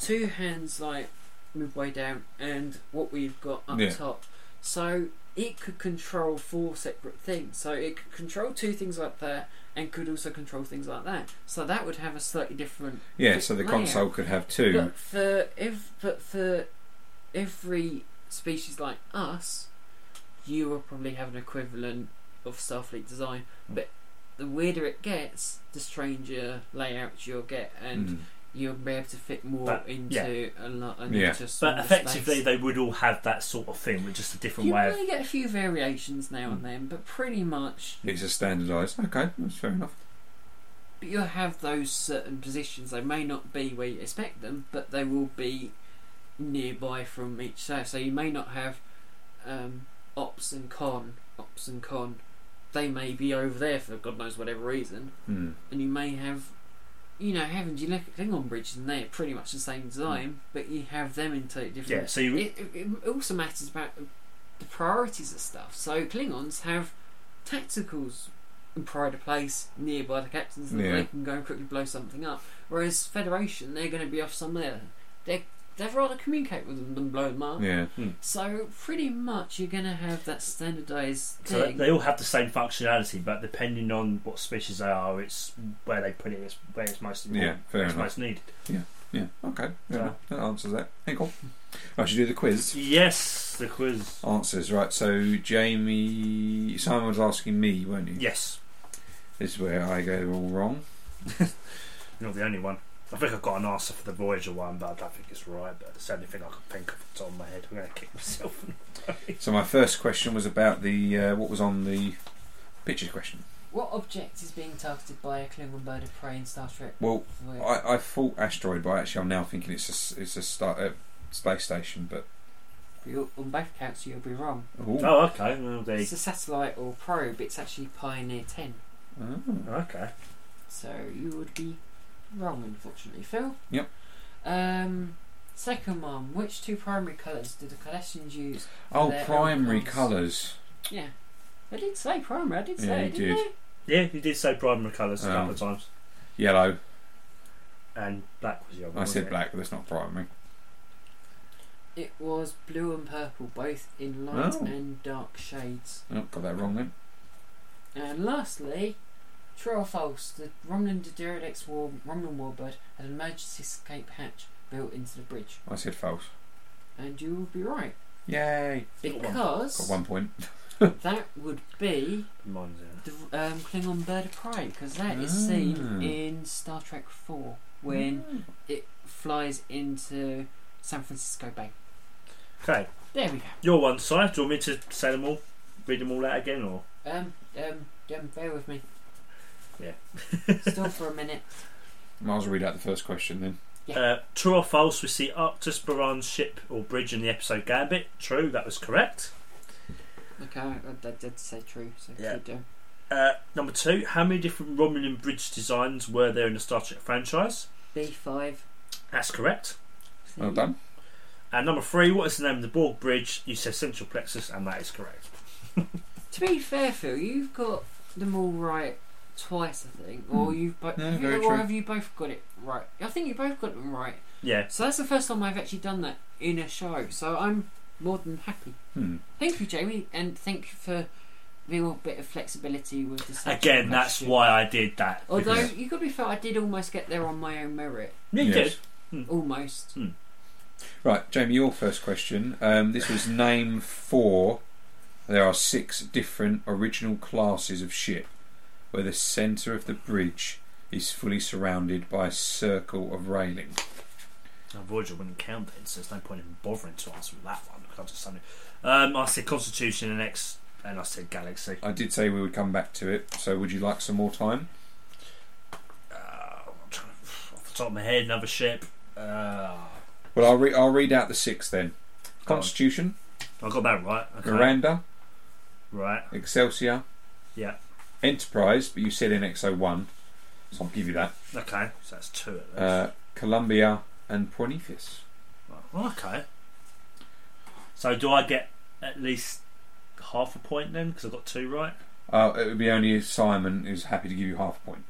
[SPEAKER 1] two hands like midway down, and what we've got up
[SPEAKER 3] Yeah.
[SPEAKER 1] top. So it could control four separate things. So it could control two things like that, and could also control things like that. So that would have a slightly different.
[SPEAKER 3] Yeah, so the
[SPEAKER 1] layout.
[SPEAKER 3] console could have two.
[SPEAKER 1] Oh, But for if but for every species like us, you will probably have an equivalent of Starfleet design. But the weirder it gets, the stranger layouts you'll get, and
[SPEAKER 3] Mm.
[SPEAKER 1] you'll be able to fit more
[SPEAKER 2] But,
[SPEAKER 1] into a lot and
[SPEAKER 3] Yeah.
[SPEAKER 1] into a smaller
[SPEAKER 2] But effectively,
[SPEAKER 1] space.
[SPEAKER 2] they would all have that sort of thing, with just a different
[SPEAKER 1] you
[SPEAKER 2] way of
[SPEAKER 1] may get a few variations now and then, but pretty much
[SPEAKER 3] It's a standardised. Okay, that's fair enough.
[SPEAKER 1] But you'll have those certain positions. They may not be where you expect them, but they will be nearby from each side. So you may not have um, ops and con, ops and con. They may be over there for God knows whatever reason,
[SPEAKER 3] Hmm.
[SPEAKER 1] and you may have, you know, haven't you look at Klingon bridges and they're pretty much the same design, but you have them in totally different.
[SPEAKER 2] Mm. Yeah, so you-
[SPEAKER 1] it, it- it also matters about the priorities of stuff. So Klingons have tacticals in pride of place nearby the captains, and
[SPEAKER 3] Yeah.
[SPEAKER 1] they can go and quickly blow something up. Whereas Federation, they're going to be off somewhere. They they'd rather communicate with them than blow them up.
[SPEAKER 3] Yeah.
[SPEAKER 1] So pretty much you're going to have that standardized
[SPEAKER 2] So they-
[SPEAKER 1] thing.
[SPEAKER 2] they all have the same functionality, but depending on what species they are, it's where they put it, it's where it's most
[SPEAKER 3] Yeah,
[SPEAKER 2] important,
[SPEAKER 3] fair
[SPEAKER 2] it's
[SPEAKER 3] enough.
[SPEAKER 2] most needed.
[SPEAKER 3] Yeah, okay. fair
[SPEAKER 2] So-
[SPEAKER 3] enough. That answers that. Hey, cool. I should do the quiz.
[SPEAKER 2] Yes, the quiz.
[SPEAKER 3] Answers, right. So, Jamie. Simon was asking me, weren't you?
[SPEAKER 2] Yes.
[SPEAKER 3] This is where I go all wrong.
[SPEAKER 2] You're not the only one. I think I've got an answer for the Voyager one, but I don't think it's right. But it's the only thing I can think of off the top of my head. I'm going to kick myself.
[SPEAKER 3] So my first question was about the uh, what was on the picture question.
[SPEAKER 1] What object is being targeted by a Klingon bird of prey in Star Trek?
[SPEAKER 3] Well,
[SPEAKER 1] Voyager?
[SPEAKER 3] I, I thought asteroid, but actually I'm now thinking it's a s- it's a star, uh, space station. But
[SPEAKER 1] You're, on both counts, you'll be wrong.
[SPEAKER 3] Ooh.
[SPEAKER 2] Oh, okay. Well, there you
[SPEAKER 1] It's a satellite or probe. It's actually Pioneer 10.
[SPEAKER 3] Oh.
[SPEAKER 2] go. Okay.
[SPEAKER 1] So you would be wrong, unfortunately, Phil.
[SPEAKER 3] Yep.
[SPEAKER 1] Um, second one. Which two primary colours did the Kardashians use?
[SPEAKER 3] Oh,
[SPEAKER 1] They're
[SPEAKER 3] primary
[SPEAKER 1] outcomes.
[SPEAKER 3] colours.
[SPEAKER 1] Yeah. I did say primary. I did
[SPEAKER 3] Yeah,
[SPEAKER 1] say
[SPEAKER 3] you
[SPEAKER 1] it, didn't
[SPEAKER 3] did.
[SPEAKER 1] I?
[SPEAKER 2] Yeah, you did say primary colours a
[SPEAKER 3] Oh.
[SPEAKER 2] couple of times,
[SPEAKER 3] Yellow.
[SPEAKER 2] and black was your.
[SPEAKER 1] Oh,
[SPEAKER 3] I said black, but that's not primary.
[SPEAKER 1] It was blue and purple, both in light
[SPEAKER 3] Oh.
[SPEAKER 1] and dark shades.
[SPEAKER 3] Oh, got that wrong then.
[SPEAKER 1] And lastly, true or false? The Romulan Derelict war Romulan warbird had an emergency escape hatch built into the bridge,
[SPEAKER 3] I said false.
[SPEAKER 1] and you would be right
[SPEAKER 3] Yay!
[SPEAKER 2] Got one.
[SPEAKER 3] Got
[SPEAKER 1] because
[SPEAKER 3] one point.
[SPEAKER 1] that would be
[SPEAKER 2] Mine's in.
[SPEAKER 1] the um, Klingon bird of prey because that is seen
[SPEAKER 3] Ah. Mm.
[SPEAKER 1] in Star Trek 4 when it flies into San Francisco Bay.
[SPEAKER 2] Okay,
[SPEAKER 1] There we go.
[SPEAKER 2] your one side. Do you want me to say them all, read them all out again, or
[SPEAKER 1] Um, um, um, bear with me.
[SPEAKER 2] Yeah.
[SPEAKER 1] Still for a minute.
[SPEAKER 3] Might as well read out the first question then.
[SPEAKER 2] uh, true or false? We see Arctus Baran's ship or bridge in the episode Gambit. True, that was correct.
[SPEAKER 1] Okay, I, I did say true, so
[SPEAKER 2] Yeah.
[SPEAKER 1] keep doing.
[SPEAKER 2] Uh, number two, how many different Romulan bridge designs were there in the Star Trek franchise?
[SPEAKER 1] B5.
[SPEAKER 2] That's correct.
[SPEAKER 3] Well done.
[SPEAKER 2] And number three, what is the name of the Borg bridge? You said central plexus, and that is correct.
[SPEAKER 1] To be fair, Phil, you've got them all right twice, I think. Or
[SPEAKER 3] Hmm.
[SPEAKER 1] you've both.
[SPEAKER 3] Yeah, very
[SPEAKER 1] or
[SPEAKER 3] true.
[SPEAKER 1] have you both got it right? I think you both got them right.
[SPEAKER 2] Yeah,
[SPEAKER 1] So that's the first time I've actually done that in a show, so I'm more than happy.
[SPEAKER 3] Hmm.
[SPEAKER 1] Thank you, Jamie, and thank you for the little bit of flexibility with the second
[SPEAKER 2] again, that's
[SPEAKER 1] question.
[SPEAKER 2] why I did that.
[SPEAKER 1] Although
[SPEAKER 2] because-
[SPEAKER 1] you got to be fair, I did almost get there on my own merit,
[SPEAKER 2] yeah, you
[SPEAKER 3] Yes.
[SPEAKER 2] did.
[SPEAKER 1] almost.
[SPEAKER 3] Right, Jamie, your first question. Um, this was name four. There are six different original classes of ship, where the centre of the bridge is fully surrounded by a circle of railing.
[SPEAKER 2] Now, Voyager wouldn't count it, so there's no point in bothering to answer that one. Because I just suddenly- um, I said Constitution and X, and I said Galaxy.
[SPEAKER 3] I did say we would come back to it, so would you like some more time?
[SPEAKER 2] Uh, I'm trying to, off the top of my head, another ship. Uh,
[SPEAKER 3] Well, I'll, re- I'll read out the six then.
[SPEAKER 2] Go on.
[SPEAKER 3] Constitution,
[SPEAKER 2] I got that right. Okay.
[SPEAKER 3] Miranda,
[SPEAKER 2] Right.
[SPEAKER 3] Excelsior,
[SPEAKER 2] Yeah.
[SPEAKER 3] Enterprise, but you said NX01, so I'll give you that.
[SPEAKER 2] Okay. So that's two at least.
[SPEAKER 3] Uh, Columbia and Prometheus.
[SPEAKER 2] Right, Okay. So do I get at least half a point then? Because I got two right.
[SPEAKER 3] Uh, it would be only Simon who's happy to give you half a point.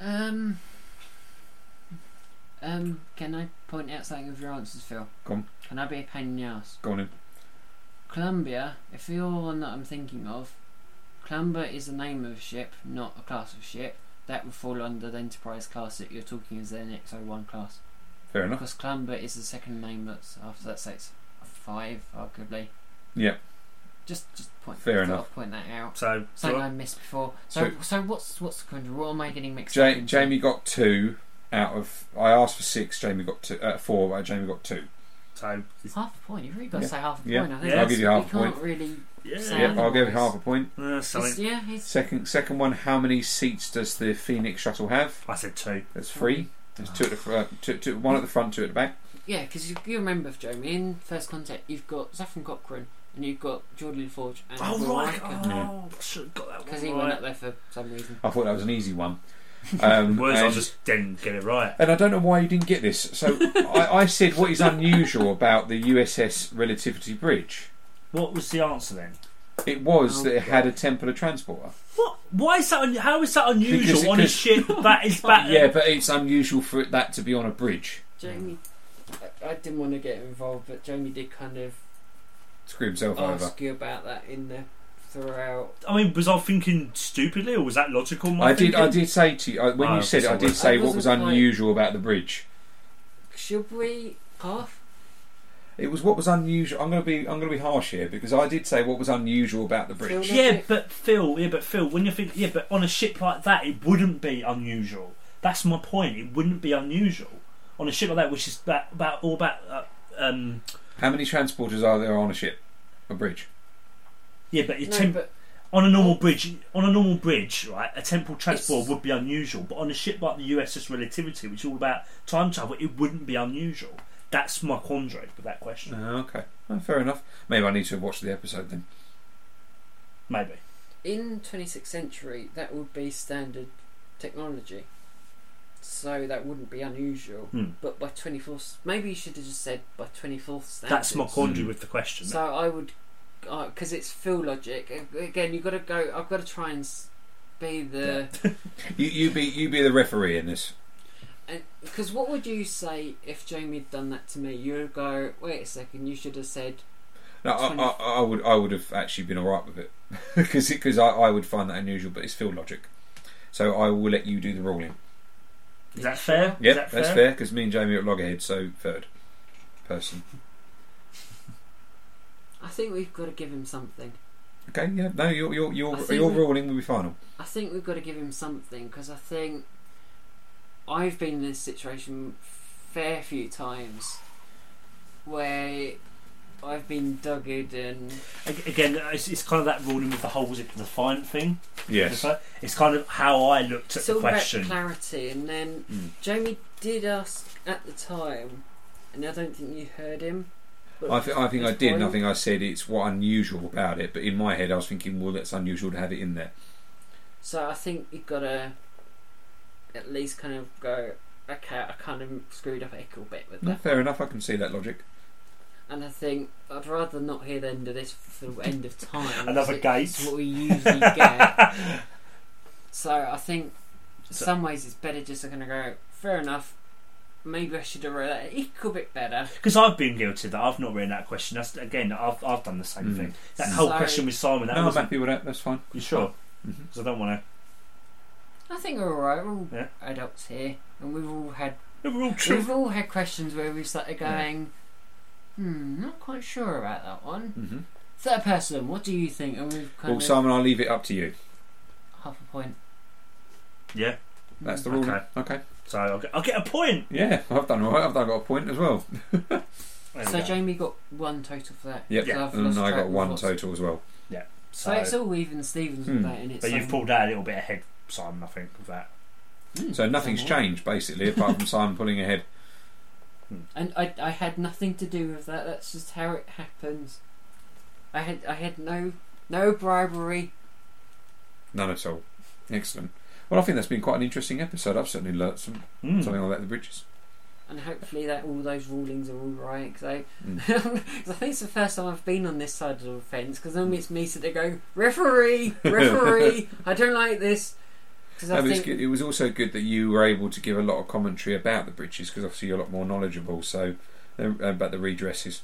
[SPEAKER 1] Um, um, can I point out something with your answers, Phil?
[SPEAKER 3] Go on.
[SPEAKER 1] Can I be a pain in the ass?
[SPEAKER 3] Go on in.
[SPEAKER 1] Columbia, if you're the one that I'm thinking of, Columbia is the name of a ship, not a class of ship. That would fall under the Enterprise class that you're talking as the NX-01 class.
[SPEAKER 3] Fair enough.
[SPEAKER 1] Because Columbia is the second name that's after that, so it's five, arguably.
[SPEAKER 3] Yeah.
[SPEAKER 1] Just, just point.
[SPEAKER 3] Fair
[SPEAKER 1] thought I'd
[SPEAKER 3] enough.
[SPEAKER 1] Point that out.
[SPEAKER 2] So do
[SPEAKER 1] Something
[SPEAKER 2] I,
[SPEAKER 1] I missed before. So, so, what's what's the country? What am I getting mixed up?
[SPEAKER 3] Ja-
[SPEAKER 1] into?
[SPEAKER 3] Jamie got two out of. I asked for six. Jamie got two. Uh, four. Uh, Jamie got two.
[SPEAKER 2] so
[SPEAKER 1] half a point. You've really got to
[SPEAKER 3] Yeah.
[SPEAKER 1] say half a
[SPEAKER 3] Yeah.
[SPEAKER 1] point. I think
[SPEAKER 2] Yeah. I'll give
[SPEAKER 3] you half a
[SPEAKER 1] You can't
[SPEAKER 3] point.
[SPEAKER 1] really.
[SPEAKER 2] yeah.
[SPEAKER 1] So-
[SPEAKER 3] Yep, I'll give you
[SPEAKER 1] Nice.
[SPEAKER 3] half a point.
[SPEAKER 2] Uh,
[SPEAKER 1] It's,
[SPEAKER 2] something.
[SPEAKER 1] yeah, it's
[SPEAKER 3] Second, second one. How many seats does the Phoenix shuttle have?
[SPEAKER 2] I said two.
[SPEAKER 3] There's three. There's two at the fr- uh, two, two, one at the front, two at the back.
[SPEAKER 1] Yeah, because you, you remember, Jamie, in First Contact, you've got Saffron Cochran and you've got Jordan Forge and
[SPEAKER 2] Oh right.
[SPEAKER 1] Because
[SPEAKER 2] Oh, I should have got that one.
[SPEAKER 1] he
[SPEAKER 2] right.
[SPEAKER 1] went up there for some reason.
[SPEAKER 3] I thought that was an easy one. Um,
[SPEAKER 2] Words I
[SPEAKER 3] and,
[SPEAKER 2] just didn't get it right.
[SPEAKER 3] and I don't know why you didn't get this. So I, I said, what is unusual about the USS Relativity Bridge?
[SPEAKER 2] What was the answer then?
[SPEAKER 3] It was
[SPEAKER 1] Oh,
[SPEAKER 3] that it had a Templar transporter.
[SPEAKER 2] What? Why is that? Un- how is that unusual
[SPEAKER 3] Because-
[SPEAKER 2] on a
[SPEAKER 3] because-
[SPEAKER 2] ship that is back?
[SPEAKER 3] Yeah, but it's unusual for it, that to be on a bridge.
[SPEAKER 1] Jamie, I, I didn't want to get involved, but Jamie did kind of
[SPEAKER 3] Screw
[SPEAKER 1] Oh,
[SPEAKER 3] himself over.
[SPEAKER 1] ask you about that in the throughout.
[SPEAKER 2] I mean, was I thinking stupidly or was that logical? my
[SPEAKER 3] I did. I
[SPEAKER 2] thinking?
[SPEAKER 3] did say to you I, when
[SPEAKER 2] Oh,
[SPEAKER 3] you said it. I
[SPEAKER 2] sorry.
[SPEAKER 3] did say
[SPEAKER 1] I
[SPEAKER 3] what was
[SPEAKER 1] wasn't quite-
[SPEAKER 3] unusual about the bridge.
[SPEAKER 1] Should we half?
[SPEAKER 3] It was what was unusual. I'm going to be. I'm going to be harsh here because I did say what was unusual about the bridge.
[SPEAKER 1] Phil-
[SPEAKER 2] Yeah, but Phil. Yeah, but Phil. When you think, yeah, but on a ship like that, it wouldn't be unusual. That's my point. It wouldn't be unusual on a ship like that, which is about, about all about uh, um,
[SPEAKER 3] How many transporters are there on a ship? A bridge.
[SPEAKER 2] yeah. But, your
[SPEAKER 1] No,
[SPEAKER 2] temp-
[SPEAKER 1] but
[SPEAKER 2] on a normal bridge, on a normal bridge, right, a temporal transport
[SPEAKER 1] It's-
[SPEAKER 2] would be unusual. But on a ship like the USS Relativity, which is all about time travel, it wouldn't be unusual. That's my quandary with that question.
[SPEAKER 3] Oh, okay. Oh, fair enough. Maybe I need to watch the episode then.
[SPEAKER 2] Maybe.
[SPEAKER 1] in 26th century, that would be standard technology. So that wouldn't be unusual.
[SPEAKER 2] Hmm.
[SPEAKER 1] But by 24th, maybe you should have just said by 24th standard.
[SPEAKER 2] That's my quandary
[SPEAKER 3] Mm.
[SPEAKER 2] with the question.
[SPEAKER 1] So I would, because it's full logic. A- Again, you got to go. I've got to try and s- be the.
[SPEAKER 3] You, you be you be the referee in this.
[SPEAKER 1] Because what would you say if Jamie had done that to me? You'd go, wait a second. You should have said,
[SPEAKER 3] No, I, I, I would I would have actually been all right with it because because I, I would find that unusual, but it's still logic. So I will let you do the ruling.
[SPEAKER 2] Is that fair?
[SPEAKER 3] Yep,
[SPEAKER 2] Is that
[SPEAKER 3] that's fair because me and Jamie are at loggerhead, so third person.
[SPEAKER 1] I think we've got to give him something.
[SPEAKER 3] Okay, yeah, no, your your
[SPEAKER 1] I
[SPEAKER 3] your,
[SPEAKER 1] think
[SPEAKER 3] your
[SPEAKER 1] we-
[SPEAKER 3] ruling will be final.
[SPEAKER 1] I think we've got to give him something because I think I've been in this situation fair few times where I've been dogged and
[SPEAKER 2] Ag- Again, uh, it's, it's kind of that ruling with the holes in the defiant thing.
[SPEAKER 3] Yes,
[SPEAKER 2] It's kind of how I looked at
[SPEAKER 1] it's
[SPEAKER 2] the
[SPEAKER 1] all about
[SPEAKER 2] question.
[SPEAKER 1] clarity. And then
[SPEAKER 3] Mm.
[SPEAKER 1] Jamie did ask at the time, and I don't think you heard him. but
[SPEAKER 3] I, th- I think I
[SPEAKER 1] it's
[SPEAKER 3] did.
[SPEAKER 1] fine.
[SPEAKER 3] and I think I said it's what unusual about it, but in my head I was thinking, well, that's unusual to have it in there.
[SPEAKER 1] So I think you've got to at least kind of go, okay, I kind of screwed up a little bit with
[SPEAKER 3] No,
[SPEAKER 1] that.
[SPEAKER 3] fair enough, I can see that logic.
[SPEAKER 1] And I think I'd rather not hear the end of this for the end of time.
[SPEAKER 2] Another
[SPEAKER 1] It's-
[SPEAKER 2] gate.
[SPEAKER 1] It's what we usually get. so I think in
[SPEAKER 2] So-
[SPEAKER 1] some ways it's better just going to go, fair enough, maybe I should have read that a little bit better.
[SPEAKER 2] Because I've been guilty of that I've not written that question. That's again, I've I've done the same
[SPEAKER 3] Mm.
[SPEAKER 2] thing. That whole
[SPEAKER 1] So-
[SPEAKER 2] question with Simon. That
[SPEAKER 3] no, I'm
[SPEAKER 2] wasn't.
[SPEAKER 3] happy with that. That's fine.
[SPEAKER 2] You sure?
[SPEAKER 3] Mhm.
[SPEAKER 2] Because I don't want
[SPEAKER 1] I think we're alright, we're all
[SPEAKER 2] Yeah.
[SPEAKER 1] adults here, and we've all had
[SPEAKER 2] to. We're all
[SPEAKER 1] we've all had questions where we've started going, hmm, not quite sure about that one.
[SPEAKER 3] Mm-hmm.
[SPEAKER 1] Third person, what do you think? And we've kind
[SPEAKER 3] Well,
[SPEAKER 1] of
[SPEAKER 3] Simon, I'll leave it up to you.
[SPEAKER 1] half a point. Hmm.
[SPEAKER 2] Yeah.
[SPEAKER 3] That's the
[SPEAKER 2] Mm.
[SPEAKER 3] ruling.
[SPEAKER 2] Okay.
[SPEAKER 3] Okay.
[SPEAKER 2] So I'll get, I'll get a point.
[SPEAKER 3] Yeah, I've done all right. I've done, got a point as well.
[SPEAKER 2] There we
[SPEAKER 1] So
[SPEAKER 2] go.
[SPEAKER 1] Jamie got one total for that.
[SPEAKER 3] Yep.
[SPEAKER 1] So I've
[SPEAKER 3] And
[SPEAKER 1] lost
[SPEAKER 3] I
[SPEAKER 1] track
[SPEAKER 3] got
[SPEAKER 1] of
[SPEAKER 3] one
[SPEAKER 1] what's-
[SPEAKER 3] total as well.
[SPEAKER 1] So, it's all even Stevens
[SPEAKER 3] Hmm.
[SPEAKER 1] with that in it.
[SPEAKER 2] but you've pulled out a little bit ahead, Simon. I think with that.
[SPEAKER 1] Hmm.
[SPEAKER 3] So nothing's changed basically, apart from Simon pulling ahead.
[SPEAKER 1] And I, I had nothing to do with that. That's just how it happens. I had I had no no bribery.
[SPEAKER 3] None at all. Excellent. Well, I think that's been quite an interesting episode. I've certainly learnt some,
[SPEAKER 2] Mm.
[SPEAKER 3] something all about the bridges.
[SPEAKER 1] And hopefully that all those rulings are all right. Because I,
[SPEAKER 3] Mm.
[SPEAKER 1] 'cause I think it's the first time I've been on this side of the fence. Because normally it's me sitting there going referee, referee. I don't like this. Because I
[SPEAKER 3] No, but it's
[SPEAKER 1] think
[SPEAKER 3] good. It was also good that you were able to give a lot of commentary about the bridges because obviously you're a lot more knowledgeable. So um, about the redresses.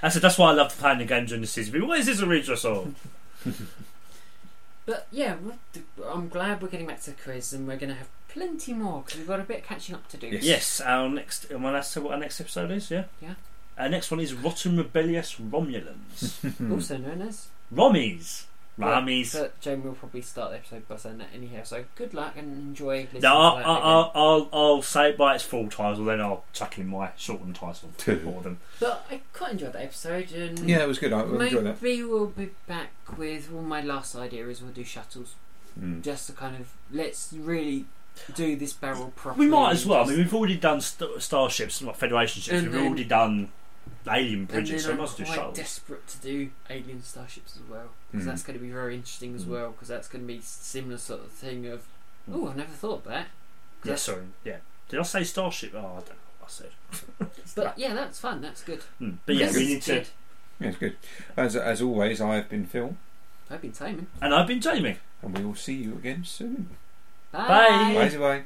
[SPEAKER 2] I said that's why I love playing the game during the season. But what is this a redress or?
[SPEAKER 1] But yeah, we're- I'm glad we're getting back to the quiz, and we're going to have plenty more because we've got a bit of catching up to do.
[SPEAKER 3] Yes.
[SPEAKER 2] yes. Our next. Am I allowed to say what our next episode is? Yeah.
[SPEAKER 1] Yeah.
[SPEAKER 2] Our next one is Rotten Rebellious Romulans.
[SPEAKER 3] Hmm.
[SPEAKER 1] Also known as
[SPEAKER 2] Rommies. Ramis.
[SPEAKER 1] But Jamie will probably start the episode by saying that anyhow. So good luck and enjoy. listening
[SPEAKER 2] No, I'll,
[SPEAKER 1] to that
[SPEAKER 2] I'll,
[SPEAKER 1] again.
[SPEAKER 2] I'll, I'll, I'll say it by its full title, then I'll chuck in my shortened title for them.
[SPEAKER 1] But I quite enjoyed that episode, and
[SPEAKER 3] Yeah, it was good. I I
[SPEAKER 1] maybe
[SPEAKER 3] enjoyed that.
[SPEAKER 1] we'll be back with. Well, my last idea is we'll do shuttles,
[SPEAKER 3] Mm.
[SPEAKER 1] just to kind of let's really do this barrel properly.
[SPEAKER 2] We might as well. I
[SPEAKER 1] and
[SPEAKER 2] mean, we've already done st- starships, not Federation ships.
[SPEAKER 1] And
[SPEAKER 2] We've
[SPEAKER 1] then-
[SPEAKER 2] already done alien
[SPEAKER 1] just- and then
[SPEAKER 2] bridges, so we
[SPEAKER 1] I'm
[SPEAKER 2] might as well do
[SPEAKER 1] quite
[SPEAKER 2] shuttles.
[SPEAKER 1] desperate to do alien starships as well because
[SPEAKER 3] Mm.
[SPEAKER 1] that's going to be very interesting as
[SPEAKER 3] Mm.
[SPEAKER 1] well because that's going to be similar sort of thing of
[SPEAKER 3] Hmm.
[SPEAKER 2] Mm.
[SPEAKER 1] oh I never thought of that
[SPEAKER 2] yeah, sorry. Yeah. Did I say starship? Oh, I don't know what I said.
[SPEAKER 1] but yeah that's fun that's good
[SPEAKER 2] Hmm. But yeah,
[SPEAKER 1] This
[SPEAKER 2] we
[SPEAKER 1] is
[SPEAKER 2] need to.
[SPEAKER 1] good.
[SPEAKER 3] Yeah, it's good. As as always, I've been Phil,
[SPEAKER 1] I've been timing
[SPEAKER 2] And I've been Jamie.
[SPEAKER 3] and we will see you again soon.
[SPEAKER 1] bye,
[SPEAKER 2] Bye.
[SPEAKER 3] Bye bye.